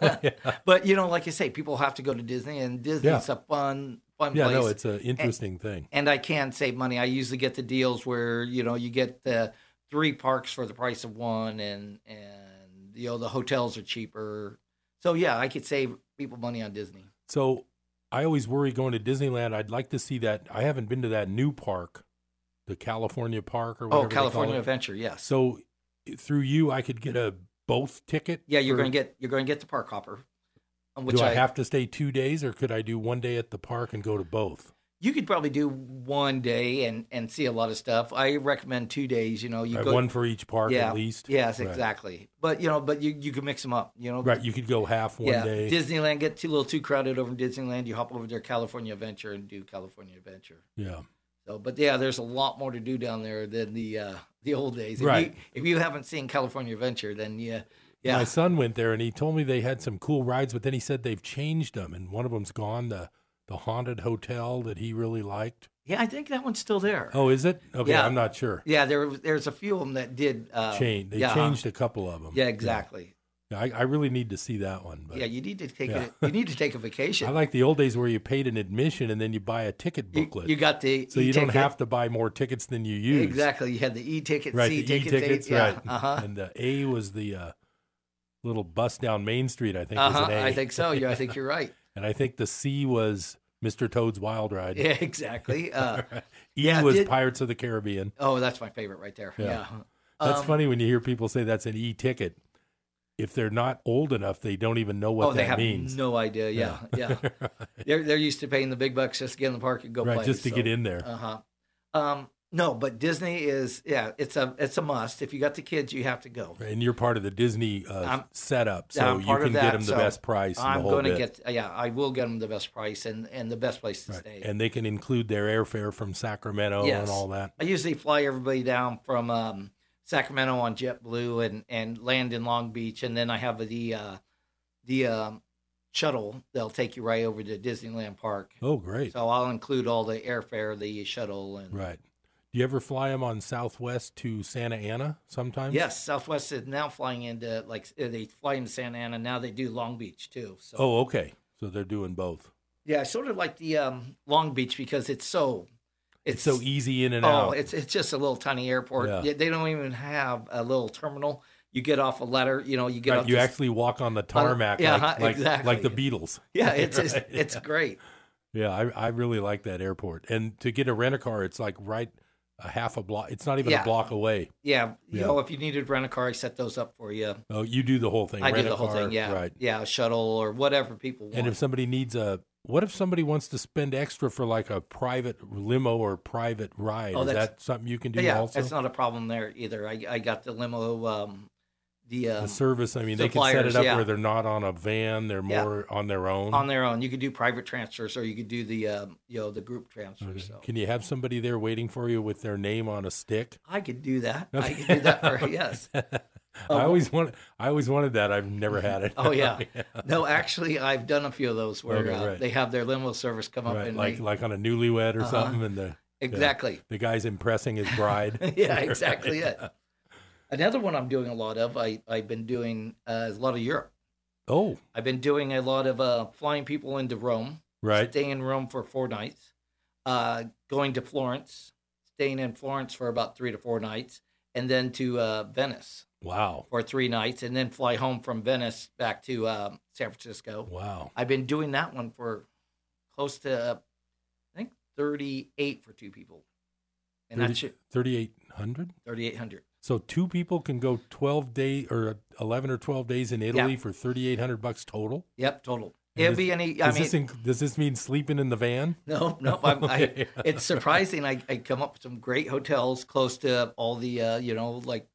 Speaker 2: But you know, like I say, people have to go to Disney, and Disney's a fun fun
Speaker 1: yeah,
Speaker 2: place.
Speaker 1: no, it's an
Speaker 2: And-
Speaker 1: interesting thing.
Speaker 2: and I can save money. I usually get the deals where you know you get the three parks for the price of one, and and you know the hotels are cheaper. So yeah, I could save people money on Disney.
Speaker 1: So I always worry going to Disneyland. I'd like to see that. I haven't been to that new park the California Park or
Speaker 2: Oh,
Speaker 1: whatever. they call
Speaker 2: California
Speaker 1: it.
Speaker 2: Adventure, yes.
Speaker 1: So through you, I could get a both ticket.
Speaker 2: Yeah, you're
Speaker 1: for-
Speaker 2: going to get you're going to get the park hopper. um, Which
Speaker 1: Do I, have to stay two days, or could I do one day at the park and go to both?
Speaker 2: You could probably do one day and and see a lot of stuff. I recommend two days. You know, you
Speaker 1: Right,
Speaker 2: go
Speaker 1: one for each park at
Speaker 2: yeah,
Speaker 1: least.
Speaker 2: Yes,
Speaker 1: Right.
Speaker 2: exactly. But you know, but you you can mix them up. You know,
Speaker 1: Right, you could go half one
Speaker 2: yeah,
Speaker 1: day.
Speaker 2: Disneyland get too little too crowded over in Disneyland. You hop over to California Adventure and do California Adventure.
Speaker 1: Yeah.
Speaker 2: So, but yeah, there's a lot more to do down there than the uh, the old days. If
Speaker 1: Right.
Speaker 2: You, if you haven't seen California Adventure, then yeah, yeah,
Speaker 1: My son went there and he told me they had some cool rides, but then he said they've changed them, and one of them's gone the the haunted hotel that he really liked.
Speaker 2: yeah. I think that one's still there.
Speaker 1: Oh, is it? Okay,
Speaker 2: Yeah.
Speaker 1: I'm not sure.
Speaker 2: Yeah, there was- there's a few of them that did uh,
Speaker 1: Change. They
Speaker 2: yeah. uh-huh.
Speaker 1: changed a couple of them.
Speaker 2: Yeah, exactly.
Speaker 1: Yeah, I, I really need to see that one. But
Speaker 2: Yeah, you need to take
Speaker 1: Yeah.
Speaker 2: it. You need to take a vacation.
Speaker 1: I like the old days where you paid an admission and then you buy a ticket booklet.
Speaker 2: you got e the
Speaker 1: so you don't
Speaker 2: e-ticket.
Speaker 1: have to buy more tickets than you use.
Speaker 2: Exactly. You had the e ticket,
Speaker 1: Right,
Speaker 2: C
Speaker 1: the e
Speaker 2: ticket,
Speaker 1: tickets,
Speaker 2: yeah.
Speaker 1: right?
Speaker 2: Uh-huh.
Speaker 1: And the A was the uh, little bus down Main Street. I think
Speaker 2: Uh-huh.
Speaker 1: was an A.
Speaker 2: I think so. Yeah, I think you're right.
Speaker 1: And I think the C was Mr. Toad's Wild Ride.
Speaker 2: Yeah, exactly. Uh,
Speaker 1: E
Speaker 2: yeah,
Speaker 1: was
Speaker 2: did-
Speaker 1: Pirates of the Caribbean.
Speaker 2: Oh, that's my favorite right there. Yeah.
Speaker 1: That's
Speaker 2: Um,
Speaker 1: funny when you hear people say that's an E ticket. If they're not old enough, they don't even know what
Speaker 2: oh,
Speaker 1: that
Speaker 2: they have
Speaker 1: means.
Speaker 2: no idea. Yeah, yeah. They're they're used to paying the big bucks just to get in the park and go
Speaker 1: Right,
Speaker 2: play.
Speaker 1: just to get in there.
Speaker 2: Uh huh. Um, no, but Disney is yeah, it's a it's a must. If you got the kids, you have to go.
Speaker 1: and you're part of the Disney uh,
Speaker 2: I'm-
Speaker 1: setup, so
Speaker 2: I'm
Speaker 1: you
Speaker 2: part of
Speaker 1: can get
Speaker 2: that,
Speaker 1: them the
Speaker 2: so
Speaker 1: best price. and
Speaker 2: I'm
Speaker 1: the whole
Speaker 2: gonna
Speaker 1: bit.
Speaker 2: get yeah, I will get them the best price and and the best place to stay.
Speaker 1: and they can include their airfare from Sacramento and all that.
Speaker 2: I usually fly everybody down from um, Sacramento on JetBlue and and land in Long Beach, and then I have the uh, the um, shuttle that'll take you right over to Disneyland Park.
Speaker 1: Oh, great!
Speaker 2: So I'll include all the airfare, the shuttle, and
Speaker 1: Right. Do you ever fly them on Southwest to Santa Ana sometimes?
Speaker 2: yes, Southwest is now flying into like they fly into Santa Ana now. They do Long Beach too. So
Speaker 1: Oh, okay. So they're doing both.
Speaker 2: yeah, I sort of like the um, Long Beach because it's so
Speaker 1: It's, so easy in and
Speaker 2: oh,
Speaker 1: out.
Speaker 2: it's it's just a little tiny airport.
Speaker 1: Yeah.
Speaker 2: Yeah, They don't even have a little terminal. You get off a letter, you know, you get
Speaker 1: Right,
Speaker 2: off
Speaker 1: you
Speaker 2: this-
Speaker 1: actually walk on the tarmac
Speaker 2: yeah,
Speaker 1: like,
Speaker 2: uh-huh,
Speaker 1: like, like
Speaker 2: exactly.
Speaker 1: the Beatles.
Speaker 2: Yeah, it's it's,
Speaker 1: Right?
Speaker 2: it's great.
Speaker 1: Yeah, I, I really like that airport. And to get a rent a car, it's like right a half a block. It's not even a
Speaker 2: Yeah.
Speaker 1: block away.
Speaker 2: Yeah, you
Speaker 1: Yeah.
Speaker 2: know, if you needed rent a car, I set those up for you.
Speaker 1: Oh, you do the whole thing.
Speaker 2: I do
Speaker 1: rent a
Speaker 2: the whole
Speaker 1: car,
Speaker 2: thing. Yeah,
Speaker 1: Right.
Speaker 2: yeah, a shuttle or whatever people want.
Speaker 1: And if somebody needs a, what if somebody wants to spend extra for like a private limo or private ride?
Speaker 2: Oh,
Speaker 1: Is
Speaker 2: that's-
Speaker 1: that something you can do
Speaker 2: yeah,
Speaker 1: also?
Speaker 2: it's not a problem there either. I I got the limo, um, the um,
Speaker 1: the service. I mean,
Speaker 2: the
Speaker 1: they can set
Speaker 2: flyers,
Speaker 1: it up
Speaker 2: yeah.
Speaker 1: where they're not on a van; they're
Speaker 2: Yeah.
Speaker 1: more on their own.
Speaker 2: on their own. You could do private transfers, or you could do the um, you know the group transfers. So.
Speaker 1: Can you have somebody there waiting for you with their name on a stick?
Speaker 2: I could do that. I could do that for yes.
Speaker 1: I
Speaker 2: Oh.
Speaker 1: always wanted. I always wanted that. I've never had it.
Speaker 2: Oh yeah. No, actually, I've done a few of those where
Speaker 1: Okay,
Speaker 2: uh,
Speaker 1: right.
Speaker 2: they have their limo service come up
Speaker 1: right,
Speaker 2: and
Speaker 1: like
Speaker 2: they-
Speaker 1: like on a newlywed or
Speaker 2: Uh-huh.
Speaker 1: something, and the yeah,
Speaker 2: Exactly.
Speaker 1: the guy's impressing his bride.
Speaker 2: yeah, exactly
Speaker 1: Right.
Speaker 2: it. Another one I'm doing a lot of. I I've been doing uh, is a lot of Europe.
Speaker 1: Oh,
Speaker 2: I've been doing a lot of uh, flying people into Rome.
Speaker 1: Right.
Speaker 2: Staying in Rome for four nights. Uh, going to Florence, staying in Florence for about three to four nights, and then to uh, Venice
Speaker 1: wow,
Speaker 2: for three nights, and then fly home from Venice back to um, San Francisco.
Speaker 1: wow.
Speaker 2: I've been doing that one for close to uh, I think 38 for two people. And that's it,
Speaker 1: Thirty-eight hundred.
Speaker 2: 3800.
Speaker 1: So two people can go twelve day or eleven or twelve days in Italy
Speaker 2: Yeah.
Speaker 1: for thirty-eight hundred bucks total.
Speaker 2: Yep, total.
Speaker 1: And
Speaker 2: It'd
Speaker 1: does-
Speaker 2: be any I
Speaker 1: Does
Speaker 2: mean
Speaker 1: this, inc- does this mean sleeping in the van?
Speaker 2: no, no. I'm, I,
Speaker 1: Okay.
Speaker 2: it's surprising. I, I come up with some great hotels close to all the, uh, you know, like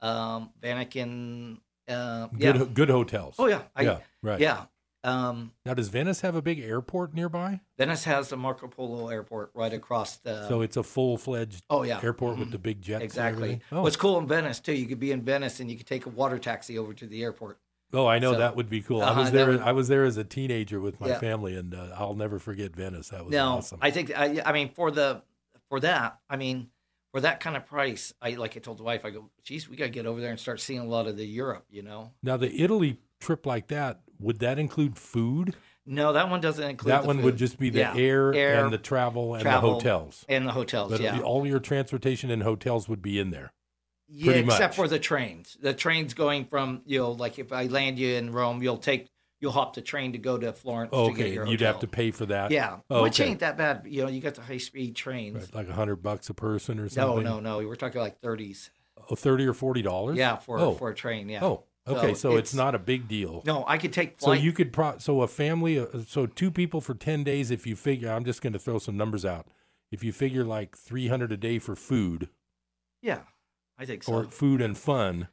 Speaker 2: um, Vatican. Uh, yeah.
Speaker 1: Good, ho good hotels.
Speaker 2: Oh, yeah. I,
Speaker 1: yeah, right.
Speaker 2: Yeah. Um,
Speaker 1: Now, does Venice have a big airport nearby?
Speaker 2: Venice has the Marco Polo Airport right across the.
Speaker 1: so it's a full fledged
Speaker 2: Uh, Oh, yeah.
Speaker 1: airport with the big jets. and
Speaker 2: Exactly.
Speaker 1: everything? Oh.
Speaker 2: What's cool in Venice too? You could be in Venice and you could take a water taxi over to the airport.
Speaker 1: Oh, I know
Speaker 2: So-
Speaker 1: that would be cool. I
Speaker 2: Uh-huh,
Speaker 1: was
Speaker 2: that
Speaker 1: there.
Speaker 2: would-
Speaker 1: I was there as a teenager with my
Speaker 2: Yeah.
Speaker 1: family, and uh, I'll never forget Venice. That was
Speaker 2: no,
Speaker 1: awesome.
Speaker 2: I think I, I mean for the for that I mean for that kind of price. I like I told the wife I go, geez, we gotta get over there and start seeing a lot of the Europe. You know,
Speaker 1: Now, the Italy trip like that would that include food?
Speaker 2: no, that one doesn't include
Speaker 1: that
Speaker 2: the
Speaker 1: one would
Speaker 2: food.
Speaker 1: just be the
Speaker 2: Yeah.
Speaker 1: air, and the travel and
Speaker 2: travel,
Speaker 1: the hotels
Speaker 2: and the hotels.
Speaker 1: But
Speaker 2: yeah,
Speaker 1: all your transportation and hotels would be in there.
Speaker 2: yeah,
Speaker 1: pretty
Speaker 2: except
Speaker 1: much.
Speaker 2: for the trains. The trains going from you know like if I land you in Rome, you'll take you'll hop the train to go to Florence.
Speaker 1: Oh,
Speaker 2: to get
Speaker 1: okay,
Speaker 2: your
Speaker 1: and you'd have to
Speaker 2: hotel.
Speaker 1: pay for that.
Speaker 2: Yeah,
Speaker 1: Oh,
Speaker 2: which
Speaker 1: okay.
Speaker 2: ain't that bad. You know, you got the high speed trains.
Speaker 1: Right, like a hundred bucks a person or
Speaker 2: No,
Speaker 1: something.
Speaker 2: no, no. We're talking like thirties.
Speaker 1: Oh, thirty or forty dollars.
Speaker 2: Yeah, for
Speaker 1: oh.
Speaker 2: for a train. Yeah.
Speaker 1: Oh, okay. So, it's, not a big deal.
Speaker 2: No, I could take
Speaker 1: So
Speaker 2: flight.
Speaker 1: you could pro- so a family uh, so two people for 10 days if you figure I'm just going to throw some numbers out. If you figure like 300 a day for food
Speaker 2: Yeah, I think so.
Speaker 1: or food and fun,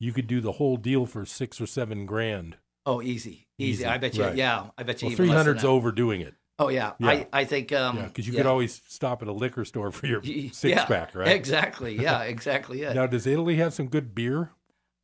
Speaker 1: you could do the whole deal for 6 or 7 grand.
Speaker 2: oh, easy, easy. I bet you.
Speaker 1: right.
Speaker 2: Yeah, I bet you.
Speaker 1: Well,
Speaker 2: even less than
Speaker 1: 300's
Speaker 2: that.
Speaker 1: overdoing it.
Speaker 2: Oh yeah. I I think um
Speaker 1: cuz you could always stop at a liquor store for your
Speaker 2: Y-
Speaker 1: six
Speaker 2: yeah,
Speaker 1: pack, right?
Speaker 2: Exactly. Yeah, exactly. It.
Speaker 1: Now, does Italy have some good beer?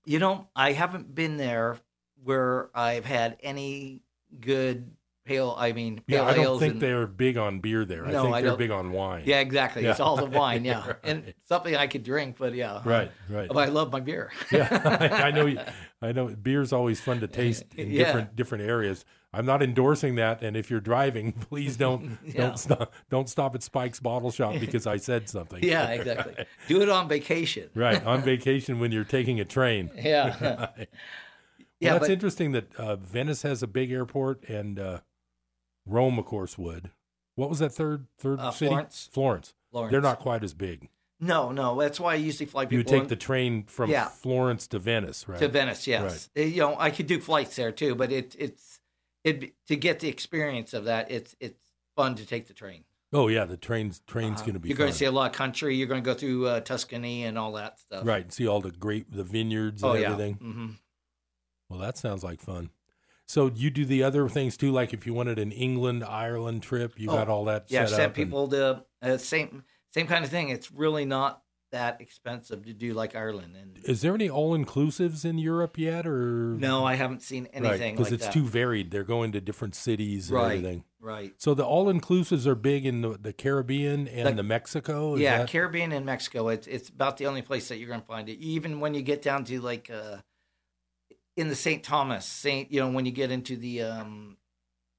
Speaker 2: You know, I haven't been there where I've had any good pale. I mean,
Speaker 1: Yeah,
Speaker 2: pale
Speaker 1: I don't
Speaker 2: ales
Speaker 1: think
Speaker 2: and-
Speaker 1: they're big on beer there. I
Speaker 2: No,
Speaker 1: think
Speaker 2: I
Speaker 1: they're
Speaker 2: don't-
Speaker 1: big on wine.
Speaker 2: Yeah, exactly. It's
Speaker 1: Yeah.
Speaker 2: all the wine. Yeah,
Speaker 1: Right.
Speaker 2: and something I could drink, but yeah,
Speaker 1: Right, right.
Speaker 2: But I love my beer.
Speaker 1: yeah, I, I know. you- I know. Beer's always fun to taste in
Speaker 2: Yeah.
Speaker 1: different different areas. I'm not endorsing that. And if you're driving, please don't
Speaker 2: Yeah.
Speaker 1: don't stop don't stop at Spike's Bottle Shop because I said something.
Speaker 2: yeah, exactly. Do it on vacation.
Speaker 1: right on vacation when you're taking a train.
Speaker 2: Yeah.
Speaker 1: Right.
Speaker 2: Yeah,
Speaker 1: well, that's
Speaker 2: but-
Speaker 1: interesting that uh, Venice has a big airport and uh, Rome, of course, would. What was that third third
Speaker 2: Uh,
Speaker 1: city?
Speaker 2: Florence.
Speaker 1: Florence.
Speaker 2: Florence.
Speaker 1: They're not quite as big.
Speaker 2: No, no. That's why I usually fly people.
Speaker 1: You take
Speaker 2: in-
Speaker 1: the train from
Speaker 2: Yeah.
Speaker 1: Florence to Venice, right?
Speaker 2: to Venice.
Speaker 1: Right.
Speaker 2: Yes, Uh, you know I could do flights there too, but it it's it to get the experience of that. It's it's fun to take the train.
Speaker 1: Oh yeah, the trains trains gonna be.
Speaker 2: Uh-huh. You're going
Speaker 1: fun.
Speaker 2: to see a lot of country. You're going to go through uh, Tuscany and all that stuff.
Speaker 1: Right, and see all the grape, the vineyards, and
Speaker 2: Oh, yeah.
Speaker 1: everything.
Speaker 2: Mm-hmm.
Speaker 1: Well, that sounds like fun. So you do the other things too, like if you wanted an England Ireland trip, you
Speaker 2: Oh,
Speaker 1: got all that.
Speaker 2: Yeah,
Speaker 1: set
Speaker 2: send
Speaker 1: up and-
Speaker 2: people to uh, same same kind of thing. It's really not that expensive to do like Ireland. And
Speaker 1: is there any all inclusives in Europe yet, or
Speaker 2: no, I haven't seen anything
Speaker 1: because
Speaker 2: like
Speaker 1: it's
Speaker 2: that.
Speaker 1: too varied. They're going to different cities and
Speaker 2: Right,
Speaker 1: everything.
Speaker 2: right.
Speaker 1: So the all inclusives are big in the, the Caribbean and
Speaker 2: Like-
Speaker 1: the Mexico. Oh, Is
Speaker 2: yeah,
Speaker 1: that-
Speaker 2: Caribbean and Mexico. It's it's about the only place that you're going to find it. Even when you get down to like uh, in the St. Thomas, Saint, you know, when you get into the um,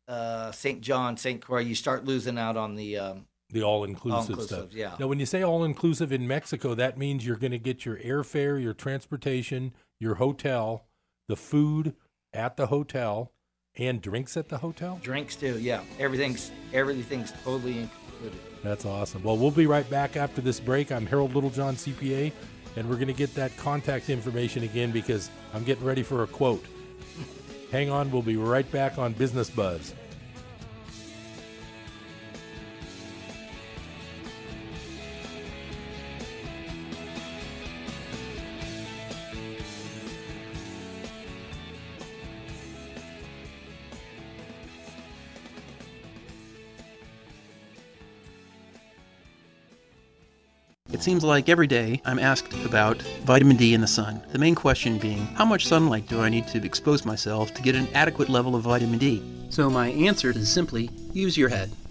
Speaker 2: uh, St. John, St. Croix, you start losing out on the um,
Speaker 1: the all inclusive stuff.
Speaker 2: All-inclusive, yeah.
Speaker 1: Now, when you say all inclusive in Mexico, that means you're going to get your airfare, your transportation, your hotel, the food at the hotel, and drinks at the hotel.
Speaker 2: drinks too. Yeah, everything's everything's totally included.
Speaker 1: That's awesome. Well, we'll be right back after this break. I'm Harold Littlejohn, CPA, and we're going to get that contact information again because I'm getting ready for a quote. Hang on, we'll be right back on Business Buzz.
Speaker 13: It seems like every day I'm asked about vitamin D in the sun. The main question being, how much sunlight do I need to expose myself to get an adequate level of vitamin D? So my answer is simply use your head.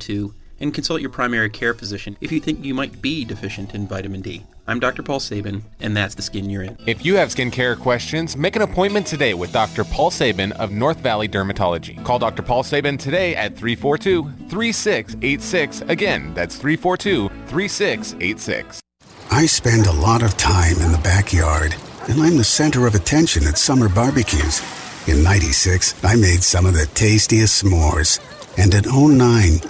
Speaker 13: to, and consult your primary care physician if you think you might be deficient in vitamin D. I'm Dr. Paul Sabin, and that's the skin you're in.
Speaker 14: If you have skincare questions, make an appointment today with Dr. Paul Sabin of North Valley Dermatology. Call Dr. Paul Sabin today at 342 3686. Again, that's 342 3686.
Speaker 15: I spend a lot of time in the backyard, and I'm the center of attention at summer barbecues. In 96, I made some of the tastiest s'mores. And in 09,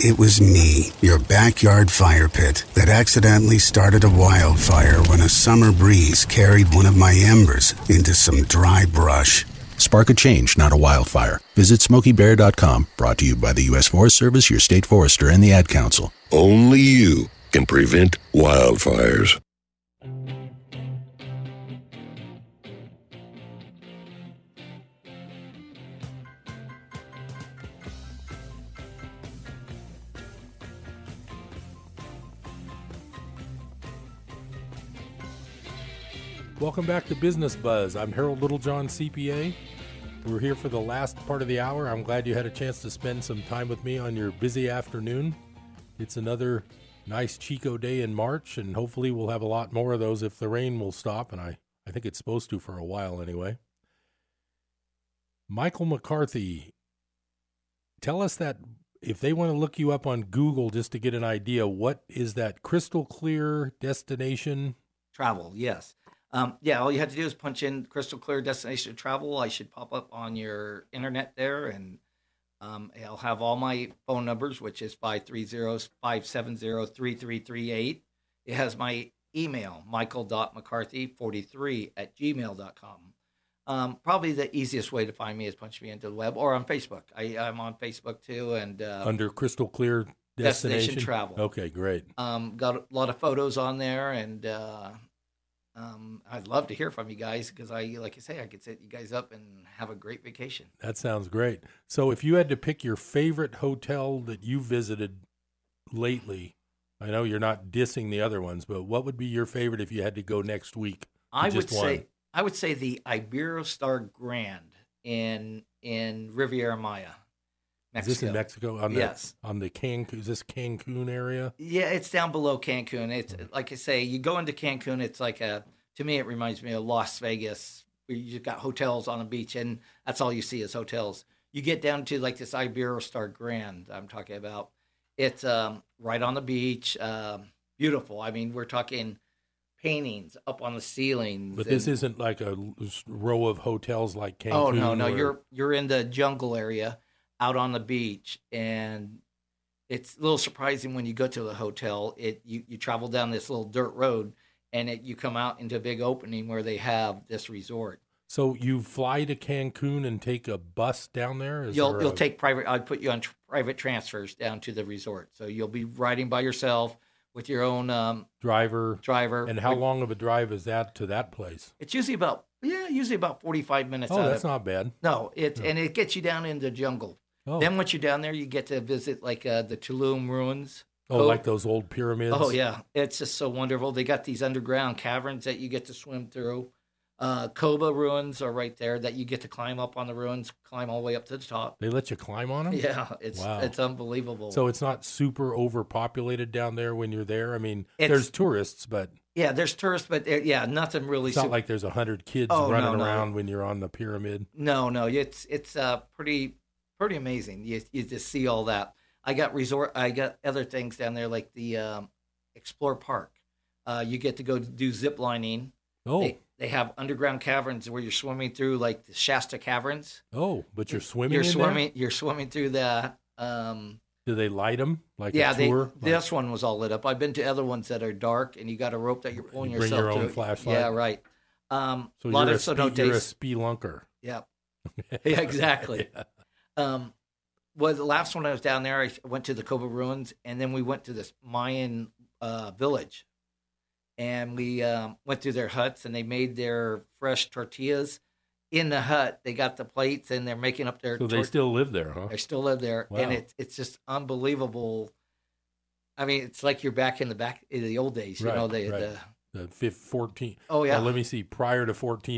Speaker 15: it was me, your backyard fire pit, that accidentally started a wildfire when a summer breeze carried one of my embers into some dry brush.
Speaker 16: Spark a change, not a wildfire. Visit smokybear.com, brought to you by the U.S. Forest Service, your state forester, and the Ad Council.
Speaker 17: Only you can prevent wildfires.
Speaker 1: Welcome back to Business Buzz. I'm Harold Littlejohn, CPA, We're here for the last part of the hour. I'm glad you had a chance to spend some time with me on your busy afternoon. It's another nice Chico day in March, and hopefully, we'll have a lot more of those if the rain will stop. And I, I think it's supposed to for a while anyway. Michael McCarthy, tell us that if they want to look you up on Google just to get an idea, what is that crystal clear destination?
Speaker 2: Travel, yes. Um, yeah, all you have to do is punch in crystal clear destination travel. I should pop up on your internet there, and um, I'll have all my phone numbers, which is 530 570 3338. It has my email, michael.mccarthy43 at gmail.com. Um, probably the easiest way to find me is punch me into the web or on Facebook. I, I'm on Facebook too, and uh,
Speaker 1: Under crystal clear destination,
Speaker 2: Destination travel.
Speaker 1: Okay, great.
Speaker 2: um, got a lot of photos on there, and uh, um, I'd love to hear from you guys because I, like I say, I could set you guys up and have a great vacation.
Speaker 1: That sounds great. So, if you had to pick your favorite hotel that you visited lately, I know you're not dissing the other ones, but what would be your favorite if you had to go next week? to
Speaker 2: I would
Speaker 1: just one?
Speaker 2: say I would say the Iberostar Grand in in Riviera Maya,
Speaker 1: Is
Speaker 2: Mexico.
Speaker 1: this in Mexico? On the,
Speaker 2: yes.
Speaker 1: On the Cancun, is this Cancun area?
Speaker 2: Yeah, it's down below Cancun. It's like I say, you go into Cancun, it's like a to me it reminds me of Las Vegas where you've got hotels on a beach and that's all you see is hotels. You get down to like this Iberostar Grand I'm talking about. It's um, right on the beach, um, beautiful. I mean, we're talking paintings up on the ceilings.
Speaker 1: But this
Speaker 2: and-
Speaker 1: isn't like a l- s- row of hotels like Cancun.
Speaker 2: Oh no, no,
Speaker 1: where-
Speaker 2: you're you're in the jungle area, out on the beach, and it's a little surprising when you go to the hotel. It you you travel down this little dirt road, and it you come out into a big opening where they have this resort.
Speaker 1: So you fly to Cancun and take a bus down there? Is
Speaker 2: you'll
Speaker 1: there
Speaker 2: you'll
Speaker 1: a-
Speaker 2: take private. I'd put you on tr- private transfers down to the resort, so you'll be riding by yourself with your own um,
Speaker 1: driver.
Speaker 2: driver.
Speaker 1: And how
Speaker 2: We-
Speaker 1: long of a drive is that to that place?
Speaker 2: It's usually about yeah, usually about forty five minutes.
Speaker 1: oh,
Speaker 2: out
Speaker 1: that's
Speaker 2: of,
Speaker 1: not Hmm. bad.
Speaker 2: No, it and it gets you down in the jungle.
Speaker 1: Oh.
Speaker 2: Then once you're down there, you get to visit like uh, the Tulum ruins.
Speaker 1: Oh, like those old pyramids.
Speaker 2: Oh yeah, it's just so wonderful. They got these underground caverns that you get to swim through. Uh, Koba ruins are right there that you get to climb up on the ruins, climb all the way up to the top.
Speaker 1: They let you climb on them?
Speaker 2: Yeah, it's
Speaker 1: Wow.
Speaker 2: it's unbelievable.
Speaker 1: So it's not super overpopulated down there when you're there. I mean,
Speaker 2: It's-
Speaker 1: there's tourists, but
Speaker 2: yeah, there's tourists, but uh, yeah, nothing really.
Speaker 1: it's not
Speaker 2: super-
Speaker 1: like there's a hundred kids
Speaker 2: Oh, no,
Speaker 1: running
Speaker 2: no.
Speaker 1: around when you're on the pyramid.
Speaker 2: No, no, it's it's uh pretty pretty amazing. You you just see all that. I got resort. I got other things down there like the um, Explore Park. Uh, you get to go do zip lining.
Speaker 1: Oh.
Speaker 2: They, they have underground caverns where you're swimming through like the Shasta caverns.
Speaker 1: Oh, but you're swimming.
Speaker 2: you're
Speaker 1: in there?
Speaker 2: swimming. You're swimming through the. Um,
Speaker 1: Do they light them like
Speaker 2: yeah,
Speaker 1: a tour?
Speaker 2: they, this one was all lit up. I've been to other ones that are dark, and you got a rope that you're pulling
Speaker 1: You bring
Speaker 2: yourself
Speaker 1: your own
Speaker 2: to.
Speaker 1: flashlight?
Speaker 2: Yeah, right. Um,
Speaker 1: so
Speaker 2: a lot
Speaker 1: you're,
Speaker 2: of
Speaker 1: a spe-
Speaker 2: cenotes.
Speaker 1: you're a spelunker.
Speaker 2: Yeah. Yeah, exactly.
Speaker 1: Yeah.
Speaker 2: Um, well, the last one I was down there, I went to the Koba ruins, and then we went to this Mayan uh, village, and we um, went through their huts, and they made their fresh tortillas in the hut. They got the plates, and they're making up their.
Speaker 1: So they
Speaker 2: tor-
Speaker 1: still live there, huh?
Speaker 2: They still live there,
Speaker 1: Wow.
Speaker 2: and it's it's just unbelievable. I mean, it's like you're back in the back in the old days, you know. They
Speaker 1: right.
Speaker 2: the,
Speaker 1: the fifth, 14.
Speaker 2: Oh, yeah.
Speaker 1: Well, let me see. Prior to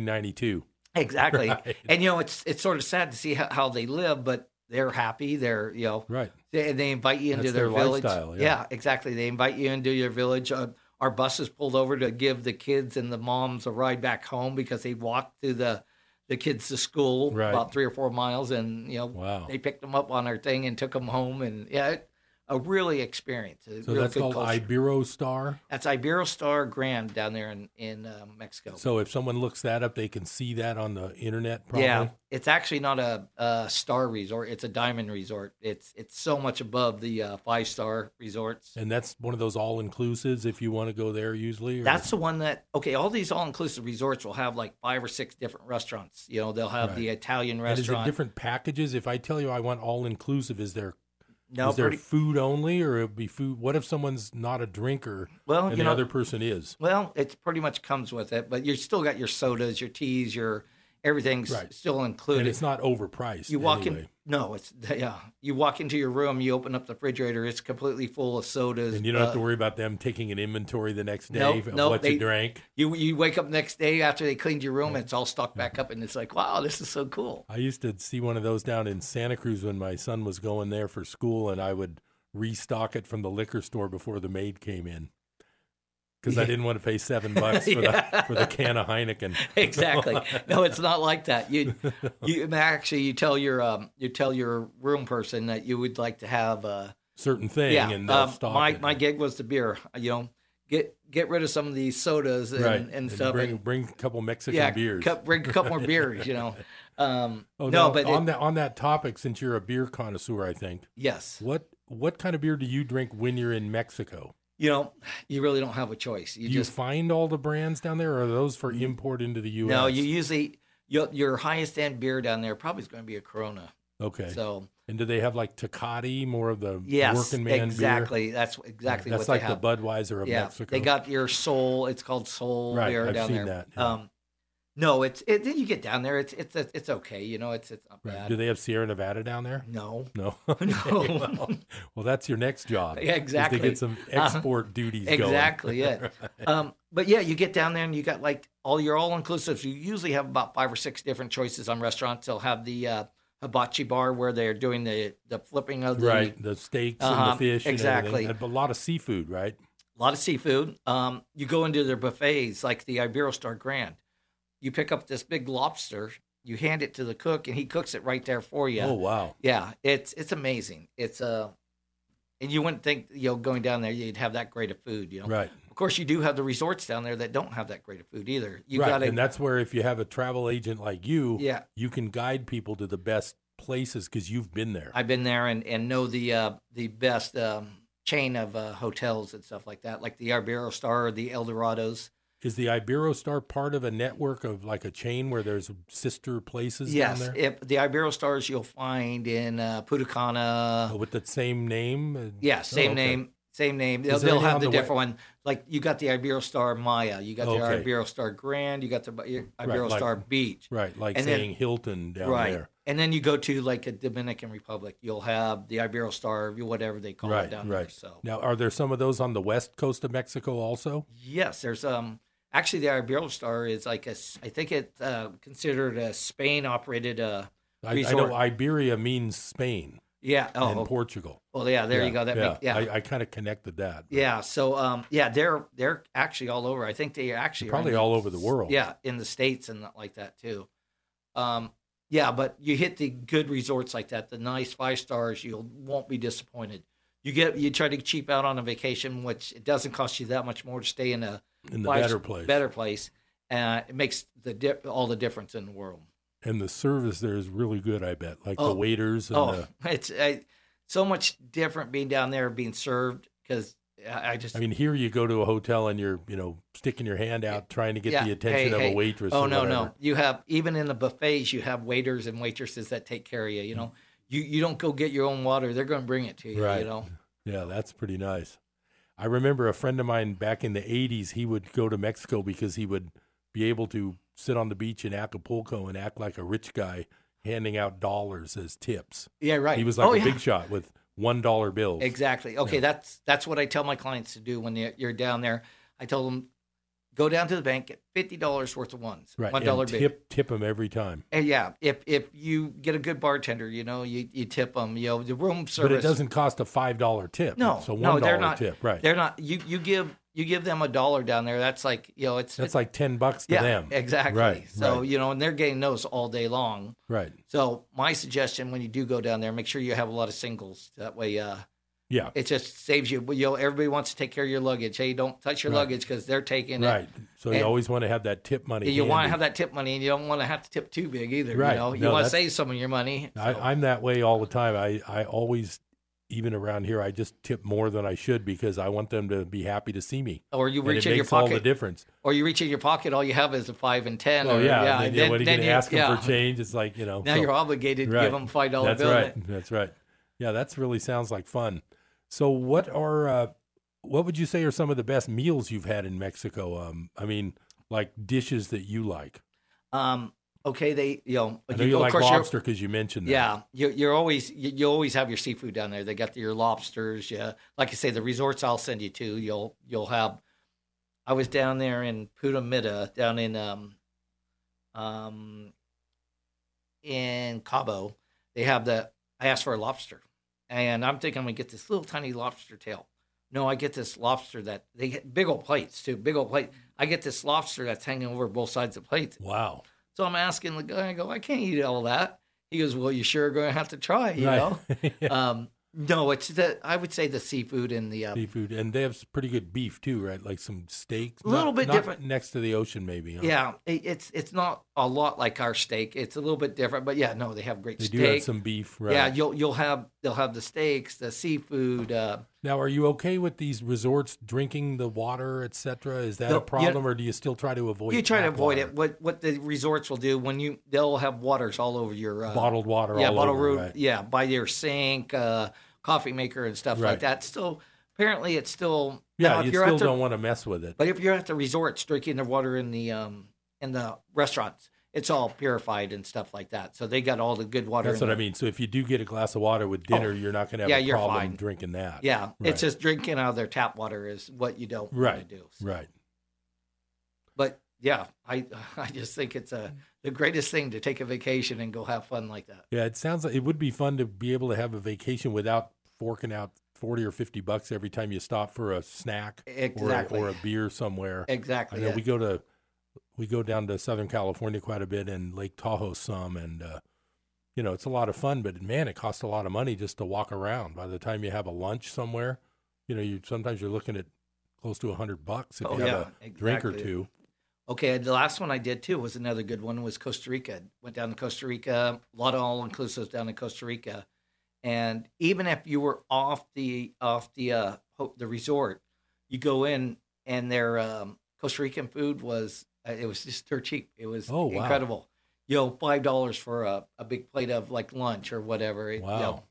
Speaker 1: 1492.
Speaker 2: Exactly.
Speaker 1: Right.
Speaker 2: And you know, it's it's sort of sad to see how, how they live, but they're happy. They're you know
Speaker 1: Right.
Speaker 2: They, they invite you into
Speaker 1: That's
Speaker 2: their,
Speaker 1: their
Speaker 2: village.
Speaker 1: lifestyle, yeah.
Speaker 2: exactly. They invite you into your village. Uh, our buses pulled over to give the kids and the moms a ride back home because they walked through the the kids to school
Speaker 1: Right.
Speaker 2: about three or four miles, and you know
Speaker 1: Wow.
Speaker 2: they picked them up on our thing and took them home, and yeah, it, a really experience. A
Speaker 1: So
Speaker 2: real
Speaker 1: that's
Speaker 2: good
Speaker 1: called
Speaker 2: culture.
Speaker 1: Iberostar.
Speaker 2: that's Iberostar Grand down there in in uh, Mexico.
Speaker 1: So if someone looks that up, they can see that on the internet. Probably.
Speaker 2: Yeah, it's actually not a, a star resort; it's a diamond resort. It's it's so much above the uh, five star resorts.
Speaker 1: And that's one of those all inclusives if you want to go there usually. or-
Speaker 2: That's the one that okay. All these all inclusive resorts will have like five or six different restaurants. You know, they'll have the
Speaker 1: Right.
Speaker 2: Italian
Speaker 1: And is it
Speaker 2: restaurant.
Speaker 1: different packages? If I tell you I want all inclusive, is there
Speaker 2: No,
Speaker 1: is there
Speaker 2: pretty-
Speaker 1: food only, or it'd be food? What if someone's not a drinker?
Speaker 2: Well,
Speaker 1: and
Speaker 2: you
Speaker 1: the
Speaker 2: know-
Speaker 1: other person is.
Speaker 2: Well, it pretty much comes with it, but you still got your sodas, your teas, your everything's
Speaker 1: Right.
Speaker 2: still included.
Speaker 1: And it's not overpriced.
Speaker 2: You walk
Speaker 1: anyway.
Speaker 2: in. No, it's yeah. You walk into your room, you open up the refrigerator, it's completely full of sodas.
Speaker 1: and you don't have to
Speaker 2: uh,
Speaker 1: worry about them taking an inventory the next day
Speaker 2: Nope,
Speaker 1: of
Speaker 2: nope,
Speaker 1: what
Speaker 2: they-
Speaker 1: you drank.
Speaker 2: You you wake up next day after they cleaned your room, and it's all stocked back up, and it's like, wow, this is so cool.
Speaker 1: I used to see one of those down in Santa Cruz when my son was going there for school, and I would restock it from the liquor store before the maid came in because I
Speaker 2: Yeah.
Speaker 1: didn't want to pay seven bucks for,
Speaker 2: Yeah.
Speaker 1: the, for the can of Heineken.
Speaker 2: exactly. No, it's not like that. You, you actually you tell your um you tell your room person that you would like to have a
Speaker 1: certain thing,
Speaker 2: Yeah,
Speaker 1: and they'll
Speaker 2: um,
Speaker 1: stock
Speaker 2: my
Speaker 1: it.
Speaker 2: my gig was the beer. You know, get get rid of some of these sodas and,
Speaker 1: right.
Speaker 2: and, stuff.
Speaker 1: Bring,
Speaker 2: and-
Speaker 1: bring a couple Mexican
Speaker 2: yeah,
Speaker 1: beers.
Speaker 2: cup- bring a couple more beers. You know, um,
Speaker 1: Oh,
Speaker 2: no,
Speaker 1: no,
Speaker 2: but
Speaker 1: on
Speaker 2: it-
Speaker 1: that on that topic, since you're a beer connoisseur, I think.
Speaker 2: Yes.
Speaker 1: What what kind of beer do you drink when you're in Mexico?
Speaker 2: you know, you really don't have a choice. You
Speaker 1: do
Speaker 2: just
Speaker 1: you find all the brands down there, or are those for import into the U.S.?
Speaker 2: no. You usually your your highest end beer down there probably is going to be a Corona.
Speaker 1: okay.
Speaker 2: So
Speaker 1: and do they have like Tecate, more of the
Speaker 2: Yes,
Speaker 1: working man beer?
Speaker 2: exactly. That's exactly
Speaker 1: That's
Speaker 2: what
Speaker 1: like
Speaker 2: they have.
Speaker 1: the Budweiser of
Speaker 2: yeah,
Speaker 1: Mexico.
Speaker 2: they got your soul. It's called soul
Speaker 1: Right,
Speaker 2: beer
Speaker 1: I've
Speaker 2: down
Speaker 1: seen
Speaker 2: there.
Speaker 1: that,
Speaker 2: Um, no, it's it. Then you get down there. It's it's it's okay. You know, it's it's not
Speaker 1: Right.
Speaker 2: bad.
Speaker 1: Do they have Sierra Nevada down there?
Speaker 2: No.
Speaker 1: No.
Speaker 2: No.
Speaker 1: well, well, that's your next job.
Speaker 2: Yeah, exactly.
Speaker 1: Is to get some
Speaker 2: Uh,
Speaker 1: export duties going.
Speaker 2: Exactly it. um, but yeah, you get down there and you got like all your all inclusives. You usually have about five or six different choices on restaurants. They'll have the uh, hibachi bar where they're doing the the flipping of the
Speaker 1: right. The steaks and
Speaker 2: Uh-huh,
Speaker 1: the fish. and
Speaker 2: Exactly.
Speaker 1: everything. And a lot of seafood, right?
Speaker 2: a lot of seafood. Um, you go into their buffets, like the Iberostar Grand. You pick up this big lobster, you hand it to the cook, and he cooks it right there for you.
Speaker 1: Oh, wow.
Speaker 2: Yeah, it's it's amazing. It's uh, and you wouldn't think you know going down there you'd have that great of food, you know.
Speaker 1: Right.
Speaker 2: Of course, you do have the resorts down there that don't have that great of food either. You
Speaker 1: right.
Speaker 2: got
Speaker 1: and
Speaker 2: to
Speaker 1: that's where if you have a travel agent like you,
Speaker 2: Yeah.
Speaker 1: you can guide people to the best places because you've been there.
Speaker 2: I've been there and, and know the uh, the best um, chain of uh, hotels and stuff like that, like the Iberostar or the El Dorados.
Speaker 1: Is the Iberostar part of a network of like a chain where there's sister places
Speaker 2: Yes,
Speaker 1: down there?
Speaker 2: if the Iberostars you'll find in uh, Putacana.
Speaker 1: Oh, with the same name?
Speaker 2: Yeah, uh, same
Speaker 1: Oh, okay.
Speaker 2: name, same name.
Speaker 1: Is
Speaker 2: They'll,
Speaker 1: there
Speaker 2: they'll
Speaker 1: any
Speaker 2: have
Speaker 1: on
Speaker 2: the,
Speaker 1: the way-
Speaker 2: different one. Like you got the Iberostar Maya, you got the
Speaker 1: Okay.
Speaker 2: Iberostar Grand, you got the Iberostar
Speaker 1: Right, like-
Speaker 2: Beach.
Speaker 1: Right, like
Speaker 2: And then-
Speaker 1: saying Hilton down
Speaker 2: right.
Speaker 1: there.
Speaker 2: And then you go to like a Dominican Republic, you'll have the Iberostar, whatever they call it
Speaker 1: Right,
Speaker 2: down there.
Speaker 1: right.
Speaker 2: So
Speaker 1: Now, are there some of those on the west coast of Mexico also?
Speaker 2: Yes, there's um actually the Iberostar is like a s- I think it's uh, considered a Spain operated uh
Speaker 1: I, I
Speaker 2: resort.
Speaker 1: know Iberia means Spain.
Speaker 2: Yeah, oh,
Speaker 1: and
Speaker 2: okay.
Speaker 1: Portugal.
Speaker 2: Well, yeah, there you go, that
Speaker 1: yeah.
Speaker 2: make- yeah.
Speaker 1: I, I kind of connected that.
Speaker 2: yeah, so um yeah, they're they're actually all over. I think they actually are in
Speaker 1: Probably
Speaker 2: the-
Speaker 1: all over the world.
Speaker 2: Yeah, in the states and that- like that too. Um yeah, but you hit the good resorts like that, the nice five stars, you won't be disappointed. You get you try to cheap out on a vacation, which it doesn't cost you that much more to stay in a
Speaker 1: In the
Speaker 2: five-
Speaker 1: better place.
Speaker 2: Better place, and it makes the dip, all the difference in the world.
Speaker 1: And the service there is really good, I bet. Like
Speaker 2: Oh,
Speaker 1: the waiters and
Speaker 2: oh,
Speaker 1: the.
Speaker 2: it's I, so much different being down there being served because I, I just
Speaker 1: I mean, here you go to a hotel and you're, you know, sticking your hand out trying to get
Speaker 2: yeah,
Speaker 1: the attention
Speaker 2: hey,
Speaker 1: of
Speaker 2: hey.
Speaker 1: a waitress.
Speaker 2: Oh
Speaker 1: or
Speaker 2: no, no,
Speaker 1: whatever.
Speaker 2: you have even in the buffets you have waiters and waitresses that take care of you. You know, you you don't go get your own water; they're going to bring it to you.
Speaker 1: Right.
Speaker 2: You know,
Speaker 1: Yeah, that's pretty nice. I remember a friend of mine back in the 80s, he would go to Mexico because he would be able to sit on the beach in Acapulco and act like a rich guy handing out dollars as tips.
Speaker 2: Yeah, right.
Speaker 1: He was like
Speaker 2: Oh,
Speaker 1: a
Speaker 2: yeah.
Speaker 1: big shot with $1 bills.
Speaker 2: exactly. Okay, that's that's what I tell my clients to do when they- you're down there. I tell them go down to the bank, get fifty dollars worth of ones,
Speaker 1: Right.
Speaker 2: one
Speaker 1: and
Speaker 2: dollar big.
Speaker 1: tip, tip him every time.
Speaker 2: And yeah, if if you get a good bartender, you know, you, you tip them. You know, the room service.
Speaker 1: But it doesn't cost a $5 tip.
Speaker 2: No,
Speaker 1: It's a $1
Speaker 2: no, they're not.
Speaker 1: tip. Right.
Speaker 2: They're not. You you give you give them a dollar down there. That's like you know, it's
Speaker 1: That's like 10 bucks to
Speaker 2: yeah,
Speaker 1: them.
Speaker 2: exactly.
Speaker 1: Right.
Speaker 2: So
Speaker 1: right,
Speaker 2: you know, and they're getting those all day long.
Speaker 1: right.
Speaker 2: So my suggestion when you do go down there, make sure you have a lot of singles. That way, uh,
Speaker 1: Yeah.
Speaker 2: it just saves you. You know, everybody wants to take care of your luggage. Hey, don't touch your
Speaker 1: Right.
Speaker 2: luggage luggage because they're taking it.
Speaker 1: Right. So you
Speaker 2: And-
Speaker 1: always want to have that tip money.
Speaker 2: You want to
Speaker 1: handy.
Speaker 2: have that tip money, and you don't want to have to tip too big either.
Speaker 1: Right.
Speaker 2: You know, you
Speaker 1: No,
Speaker 2: want
Speaker 1: that's-
Speaker 2: to save some of your money.
Speaker 1: I, I'm that way all the time. I, I always, even around here, I just tip more than I should because I want them to be happy to see me.
Speaker 2: Or you
Speaker 1: And
Speaker 2: reach
Speaker 1: it
Speaker 2: in your
Speaker 1: makes all the
Speaker 2: pocket.
Speaker 1: difference.
Speaker 2: Or you reach in your pocket, all you have is a five and ten.
Speaker 1: Oh
Speaker 2: or,
Speaker 1: yeah, and then, yeah,
Speaker 2: then-
Speaker 1: what are you
Speaker 2: then
Speaker 1: going to ask them for
Speaker 2: yeah.
Speaker 1: change? It's like you know.
Speaker 2: Now you're obligated to give them $5
Speaker 1: That's
Speaker 2: bill.
Speaker 1: right. That's right. Yeah, that's really sounds like fun. So what are uh, what would you say are some of the best meals you've had in Mexico? Um, I mean, like dishes that you like.
Speaker 2: Um, Okay, they you know,
Speaker 1: I know you
Speaker 2: of
Speaker 1: like
Speaker 2: course you're-
Speaker 1: lobster because you mentioned that.
Speaker 2: Yeah, you, you're always you, you always have your seafood down there. They got your lobsters. Yeah, like I say, the resorts I'll send you to. You'll you'll have. I was down there in Putumita, down in um, um, in Cabo. They have the. I asked for a lobster, and I'm thinking I'm gonna get this little tiny lobster tail. No, I get this lobster that they get big old plates too. Big old plate. I get this lobster that's hanging over both sides of the plate.
Speaker 1: Wow.
Speaker 2: So I'm asking the guy, I go, I can't eat all that. He goes, Well, you sure are going to have to try, you
Speaker 1: Right.
Speaker 2: know? um, no, it's the, I would say the seafood and the, uh,
Speaker 1: Seafood, and they have s- pretty good beef too, right? Like some steaks,
Speaker 2: A little
Speaker 1: Not-
Speaker 2: bit
Speaker 1: not
Speaker 2: different.
Speaker 1: next to the ocean, maybe. huh?
Speaker 2: yeah, it, it's it's not a lot like our steak. It's a little bit different, but yeah, no, they have great
Speaker 1: They do
Speaker 2: steak.
Speaker 1: have some beef, right.
Speaker 2: Yeah, you'll, you'll have, they'll have the steaks, the seafood, uh,
Speaker 1: Now, are you okay with these resorts drinking the water, etc.? Is that
Speaker 2: No,
Speaker 1: a
Speaker 2: you-
Speaker 1: problem, or do you still try to avoid?
Speaker 2: you try to
Speaker 1: tap
Speaker 2: avoid
Speaker 1: water?
Speaker 2: it. What what the resorts will do when you they'll have waters all over your uh,
Speaker 1: Bottled water
Speaker 2: Yeah,
Speaker 1: all
Speaker 2: bottled
Speaker 1: over,
Speaker 2: root-
Speaker 1: right.
Speaker 2: Yeah, by your sink, uh, coffee maker, and stuff
Speaker 1: Right.
Speaker 2: like that. Still, apparently, it's still
Speaker 1: Yeah,
Speaker 2: now, if
Speaker 1: you
Speaker 2: you're at
Speaker 1: still
Speaker 2: the-
Speaker 1: don't want to mess with it.
Speaker 2: But if you're at the resorts drinking the water in the um in the restaurants, it's all purified and stuff like that. So they got all the good water.
Speaker 1: That's
Speaker 2: in
Speaker 1: what I
Speaker 2: there.
Speaker 1: mean. So if you do get a glass of water with dinner, you're not going to have
Speaker 2: yeah,
Speaker 1: a
Speaker 2: you're
Speaker 1: problem
Speaker 2: fine.
Speaker 1: drinking that.
Speaker 2: Yeah,
Speaker 1: right.
Speaker 2: it's just drinking out of their tap water is what you don't want
Speaker 1: right,
Speaker 2: to do.
Speaker 1: right.
Speaker 2: But yeah, I I just think it's a the greatest thing to take a vacation and go have fun like that.
Speaker 1: Yeah, it sounds like it would be fun to be able to have a vacation without forking out forty or fifty bucks every time you stop for a snack or a-
Speaker 2: Exactly.
Speaker 1: or, a beer somewhere.
Speaker 2: Exactly,
Speaker 1: I know
Speaker 2: yeah.
Speaker 1: we go to we go down to Southern California quite a bit and Lake Tahoe some, and uh, you know it's a lot of fun. But man, it costs a lot of money just to walk around. By the time you have a lunch somewhere, you know you sometimes you're looking at close to a hundred bucks if
Speaker 2: Oh,
Speaker 1: you have a
Speaker 2: yeah,
Speaker 1: drink or
Speaker 2: exactly.
Speaker 1: two.
Speaker 2: Okay, the last one I did too was another good one was Costa Rica. Went down to Costa Rica, a lot of all inclusives down in Costa Rica, and even if you were off the off the uh, ho- the resort, you go in and their um, Costa Rican food was uh, it was just dirt cheap. It was
Speaker 1: Oh, wow.
Speaker 2: incredible. You know, five dollars for a, a big plate of like lunch or whatever. It- you
Speaker 1: Wow.
Speaker 2: know,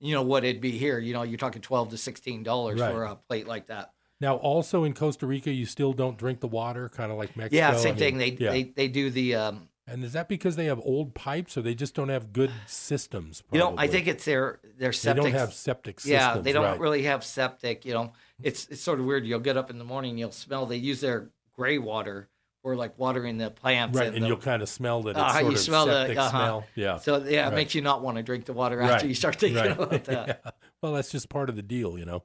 Speaker 2: you know what it'd be here. You know, you're talking twelve to sixteen dollars
Speaker 1: Right.
Speaker 2: for a plate like that.
Speaker 1: Now, also in Costa Rica, you still don't drink the water, kind of like Mexico.
Speaker 2: yeah,
Speaker 1: I
Speaker 2: same
Speaker 1: mean,
Speaker 2: thing. They,
Speaker 1: yeah.
Speaker 2: they they do the um,
Speaker 1: And is that because they have old pipes or they just don't have good systems?
Speaker 2: You know, I
Speaker 1: probably?
Speaker 2: think it's their their
Speaker 1: They
Speaker 2: septic.
Speaker 1: don't have septic
Speaker 2: Yeah,
Speaker 1: systems,
Speaker 2: they don't
Speaker 1: right.
Speaker 2: really have septic. You know, it's it's sort of weird. You'll get up in the morning, you'll smell. They use their gray water for like watering the plants.
Speaker 1: Right, and
Speaker 2: the-
Speaker 1: you'll kind of smell that it's
Speaker 2: Uh-huh,
Speaker 1: sort
Speaker 2: you
Speaker 1: of
Speaker 2: smell
Speaker 1: septic
Speaker 2: the uh-huh.
Speaker 1: smell. Yeah.
Speaker 2: So yeah,
Speaker 1: Right.
Speaker 2: it makes you not want to drink the water after you start thinking
Speaker 1: right.
Speaker 2: about that.
Speaker 1: Yeah. Well, that's just part of the deal, you know.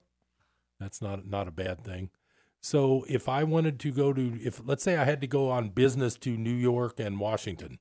Speaker 1: That's not not a bad thing. So, if I wanted to go to, if let's say I had to go on business to New York and Washington,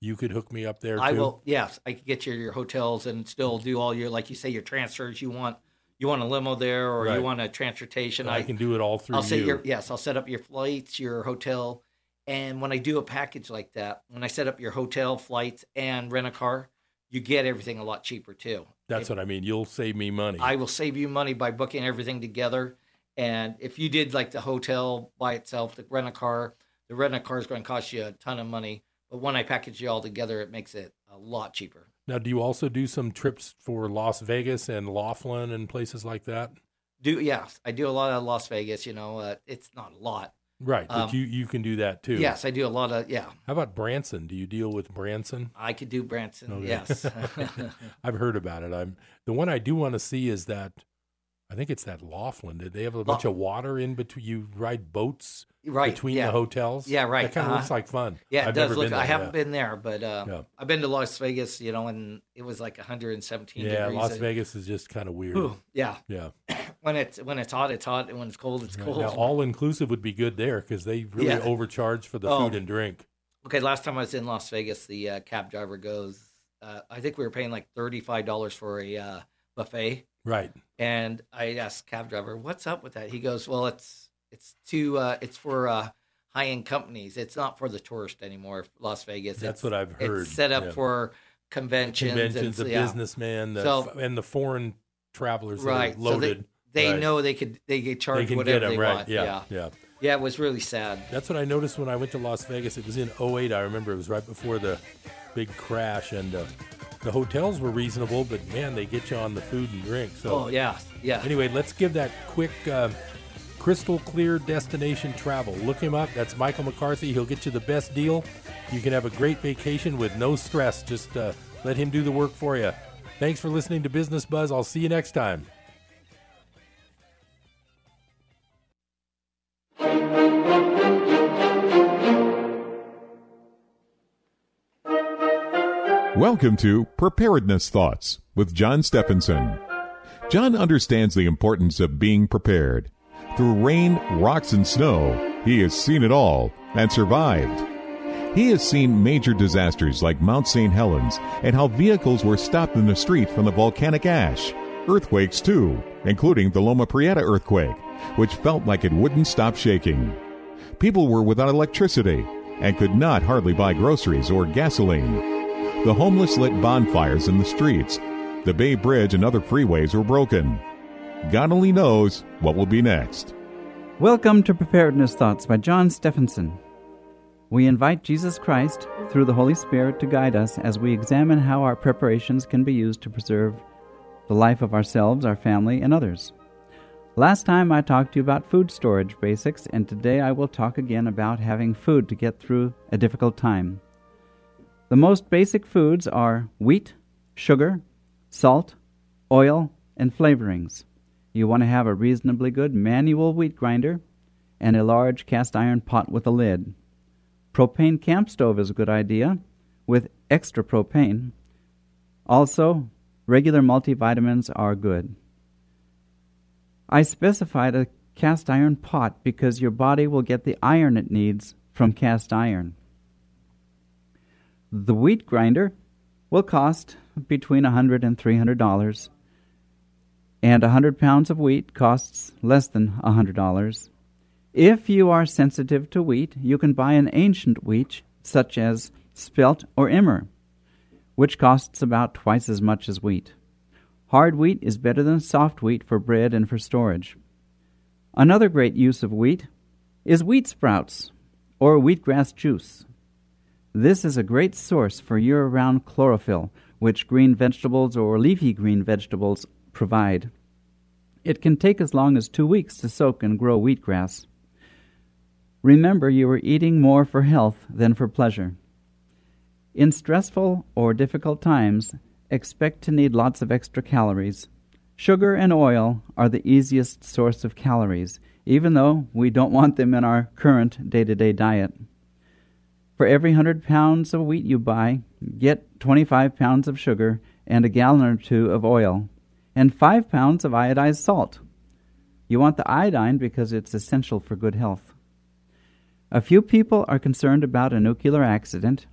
Speaker 1: you could hook me up there.
Speaker 2: I
Speaker 1: too?
Speaker 2: will. Yes, I could get you your hotels and still do all your like you say your transfers. You want you want a limo there, or
Speaker 1: Right.
Speaker 2: you want a transportation.
Speaker 1: I can do it all through
Speaker 2: I'll set
Speaker 1: you.
Speaker 2: your yes. I'll set up your flights, your hotel, and when I do a package like that, when I set up your hotel, flights, and rent a car, you get everything a lot cheaper too.
Speaker 1: That's what I mean. You'll save me money.
Speaker 2: I will save you money by booking everything together. And if you did like the hotel by itself, the rent a car, the rent a car is going to cost you a ton of money. But when I package you all together, it makes it a lot cheaper.
Speaker 1: Now, do you also do some trips for Las Vegas and Laughlin and places like that?
Speaker 2: Do yes, I do a lot of Las Vegas. You know, uh, it's not a lot.
Speaker 1: Right,
Speaker 2: Um,
Speaker 1: but you you can do that too.
Speaker 2: Yes, I do a lot of yeah.
Speaker 1: How about Branson? Do you deal with Branson?
Speaker 2: I could do Branson.
Speaker 1: Okay.
Speaker 2: Uh, Yes.
Speaker 1: I've heard about it. I'm the one I do want to see is that I think it's that Laughlin. Did they have a bunch of water in between? You ride boats
Speaker 2: Right,
Speaker 1: between
Speaker 2: yeah.
Speaker 1: the hotels.
Speaker 2: Yeah, right.
Speaker 1: That kind of
Speaker 2: uh-huh.
Speaker 1: looks like fun.
Speaker 2: Yeah, it
Speaker 1: I've
Speaker 2: does
Speaker 1: never
Speaker 2: look.
Speaker 1: Been
Speaker 2: I
Speaker 1: there,
Speaker 2: haven't
Speaker 1: yeah.
Speaker 2: been there, but uh,
Speaker 1: Yeah.
Speaker 2: I've been to Las Vegas, you know, and it was like 117
Speaker 1: Yeah,
Speaker 2: degrees.
Speaker 1: Las
Speaker 2: and-
Speaker 1: Vegas is just kind of weird.
Speaker 2: Whew, yeah.
Speaker 1: yeah.
Speaker 2: When it's when it's hot, it's hot, and when it's cold, it's
Speaker 1: Right.
Speaker 2: cold.
Speaker 1: Now, all inclusive would be good there because they really
Speaker 2: Yeah.
Speaker 1: overcharge for the
Speaker 2: Oh.
Speaker 1: food and drink.
Speaker 2: okay, last time I was in Las Vegas, the uh, cab driver goes. Uh, I think we were paying like thirty five dollars for a uh, buffet.
Speaker 1: Right.
Speaker 2: And I asked cab driver, "What's up with that?" He goes, "Well, it's it's to uh, it's for uh, high end companies. It's not for the tourist anymore. Las Vegas.
Speaker 1: That's
Speaker 2: It's-
Speaker 1: what I've heard,
Speaker 2: It's set up
Speaker 1: yeah.
Speaker 2: for conventions,
Speaker 1: Conventions,
Speaker 2: and,
Speaker 1: the
Speaker 2: yeah.
Speaker 1: businessmen, the,
Speaker 2: So-
Speaker 1: f- and the foreign travelers
Speaker 2: right?
Speaker 1: that are loaded.
Speaker 2: So they, they
Speaker 1: Right.
Speaker 2: know they could they could charge
Speaker 1: They can
Speaker 2: whatever
Speaker 1: get 'em,
Speaker 2: they
Speaker 1: right.
Speaker 2: want.
Speaker 1: Yeah,
Speaker 2: yeah,
Speaker 1: yeah.
Speaker 2: It was really sad.
Speaker 1: That's what I noticed when I went to Las Vegas. It was in 08. I remember it was right before the big crash, and uh, the hotels were reasonable, but man, they get you on the food and drink. So,
Speaker 2: Oh, yeah, yeah.
Speaker 1: Anyway, let's give that quick, uh, Crystal Clear Destination Travel. Look him up. That's Michael McCarthy. He'll get you the best deal. You can have a great vacation with no stress. Just uh, let him do the work for you. Thanks for listening to Business Buzz. I'll see you next time.
Speaker 13: Welcome to Preparedness Thoughts with John Stephenson. John understands the importance of being prepared. Through rain, rocks, and snow, he has seen it all and survived. He has seen major disasters like Mount St. Helens and how vehicles were stopped in the street from the volcanic ash. Earthquakes, too, including the Loma Prieta earthquake, which felt like it wouldn't stop shaking. People were without electricity and could not hardly buy groceries or gasoline. The homeless lit bonfires in the streets. The Bay Bridge and other freeways were broken. God only knows what will be next.
Speaker 18: Welcome to Preparedness Thoughts by John Stephenson. We invite Jesus Christ, through the Holy Spirit, to guide us as we examine how our preparations can be used to preserve the life of ourselves, our family, and others. Last time I talked to you about food storage basics, and today I will talk again about having food to get through a difficult time. The most basic foods are wheat, sugar, salt, oil, and flavorings. You want to have a reasonably good manual wheat grinder and a large cast iron pot with a lid. Propane camp stove is a good idea with extra propane. Also, regular multivitamins are good. I specified a cast iron pot because your body will get the iron it needs from cast iron. The wheat grinder will cost between $100 and $300, and 100 pounds of wheat costs less than $100. If you are sensitive to wheat, you can buy an ancient wheat, such as spelt or emmer, which costs about twice as much as wheat. Hard wheat is better than soft wheat for bread and for storage. Another great use of wheat is wheat sprouts or wheatgrass juice. This is a great source for year round chlorophyll, which green vegetables or leafy green vegetables provide. It can take as long as two weeks to soak and grow wheatgrass. Remember, you are eating more for health than for pleasure. In stressful or difficult times, expect to need lots of extra calories. Sugar and oil are the easiest source of calories, even though we don't want them in our current day to day diet. For every 100 pounds of wheat you buy, get 25 pounds of sugar and a gallon or two of oil, and 5 pounds of iodized salt. You want the iodine because it's essential for good health. A few people are concerned about a nuclear accident.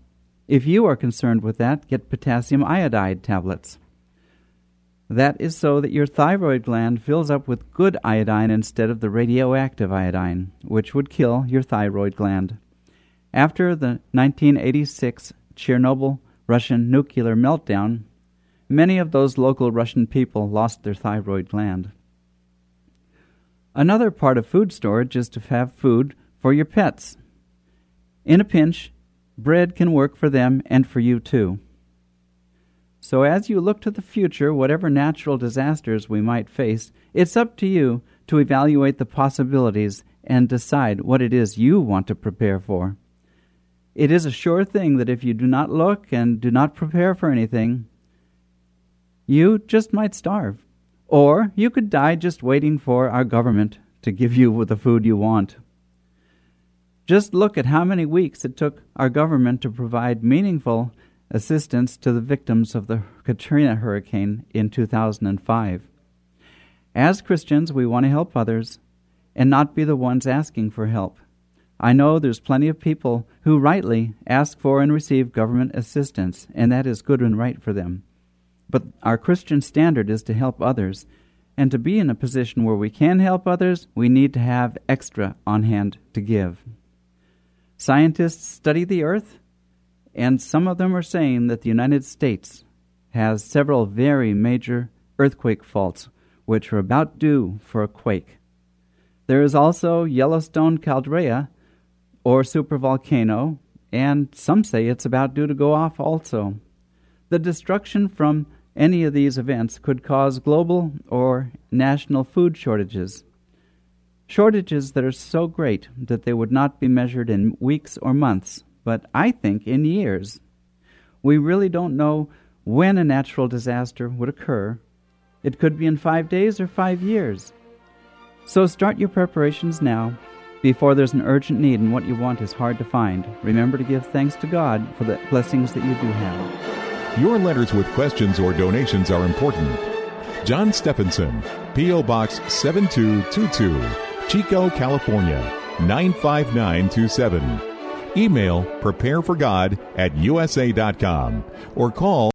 Speaker 18: If you are concerned with that, get potassium iodide tablets. That is so that your thyroid gland fills up with good iodine instead of the radioactive iodine, which would kill your thyroid gland. After the 1986 Chernobyl Russian nuclear meltdown, many of those local Russian people lost their thyroid gland. Another part of food storage is to have food for your pets. In a pinch, bread can work for them and for you too. So, as you look to the future, whatever natural disasters we might face, it's up to you to evaluate the possibilities and decide what it is you want to prepare for. It is a sure thing that if you do not look and do not prepare for anything, you just might starve. Or you could die just waiting for our government to give you the food you want. Just look at how many weeks it took our government to provide meaningful assistance to the victims of the Katrina hurricane in 2005. As Christians, we want to help others and not be the ones asking for help. I know there's plenty of people who rightly ask for and receive government assistance, and that is good and right for them. But our Christian standard is to help others, and to be in a position where we can help others, we need to have extra on hand to give. Scientists study the earth, and some of them are saying that the United States has several very major earthquake faults which are about due for a quake. There is also Yellowstone caldera or supervolcano, and some say it's about due to go off also. The destruction from any of these events could cause global or national food shortages. Shortages that are so great that they would not be measured in weeks or months, but I think in years. We really don't know when a natural disaster would occur. It could be in five days or five years. So start your preparations now. Before there's an urgent need and what you want is hard to find, remember to give thanks to God for the blessings that you do have.
Speaker 4: Your letters with questions or donations are important. John Stephenson, P.O. Box 7222, Chico, California 95927. Email prepareforgod at usa.com or call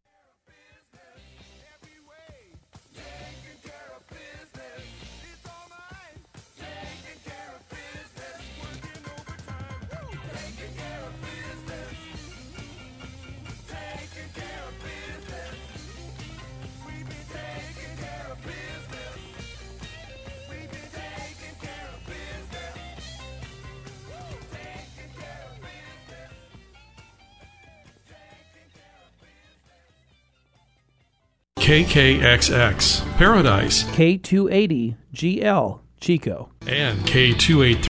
Speaker 13: KKXX Paradise
Speaker 19: K280GL Chico.
Speaker 13: and K283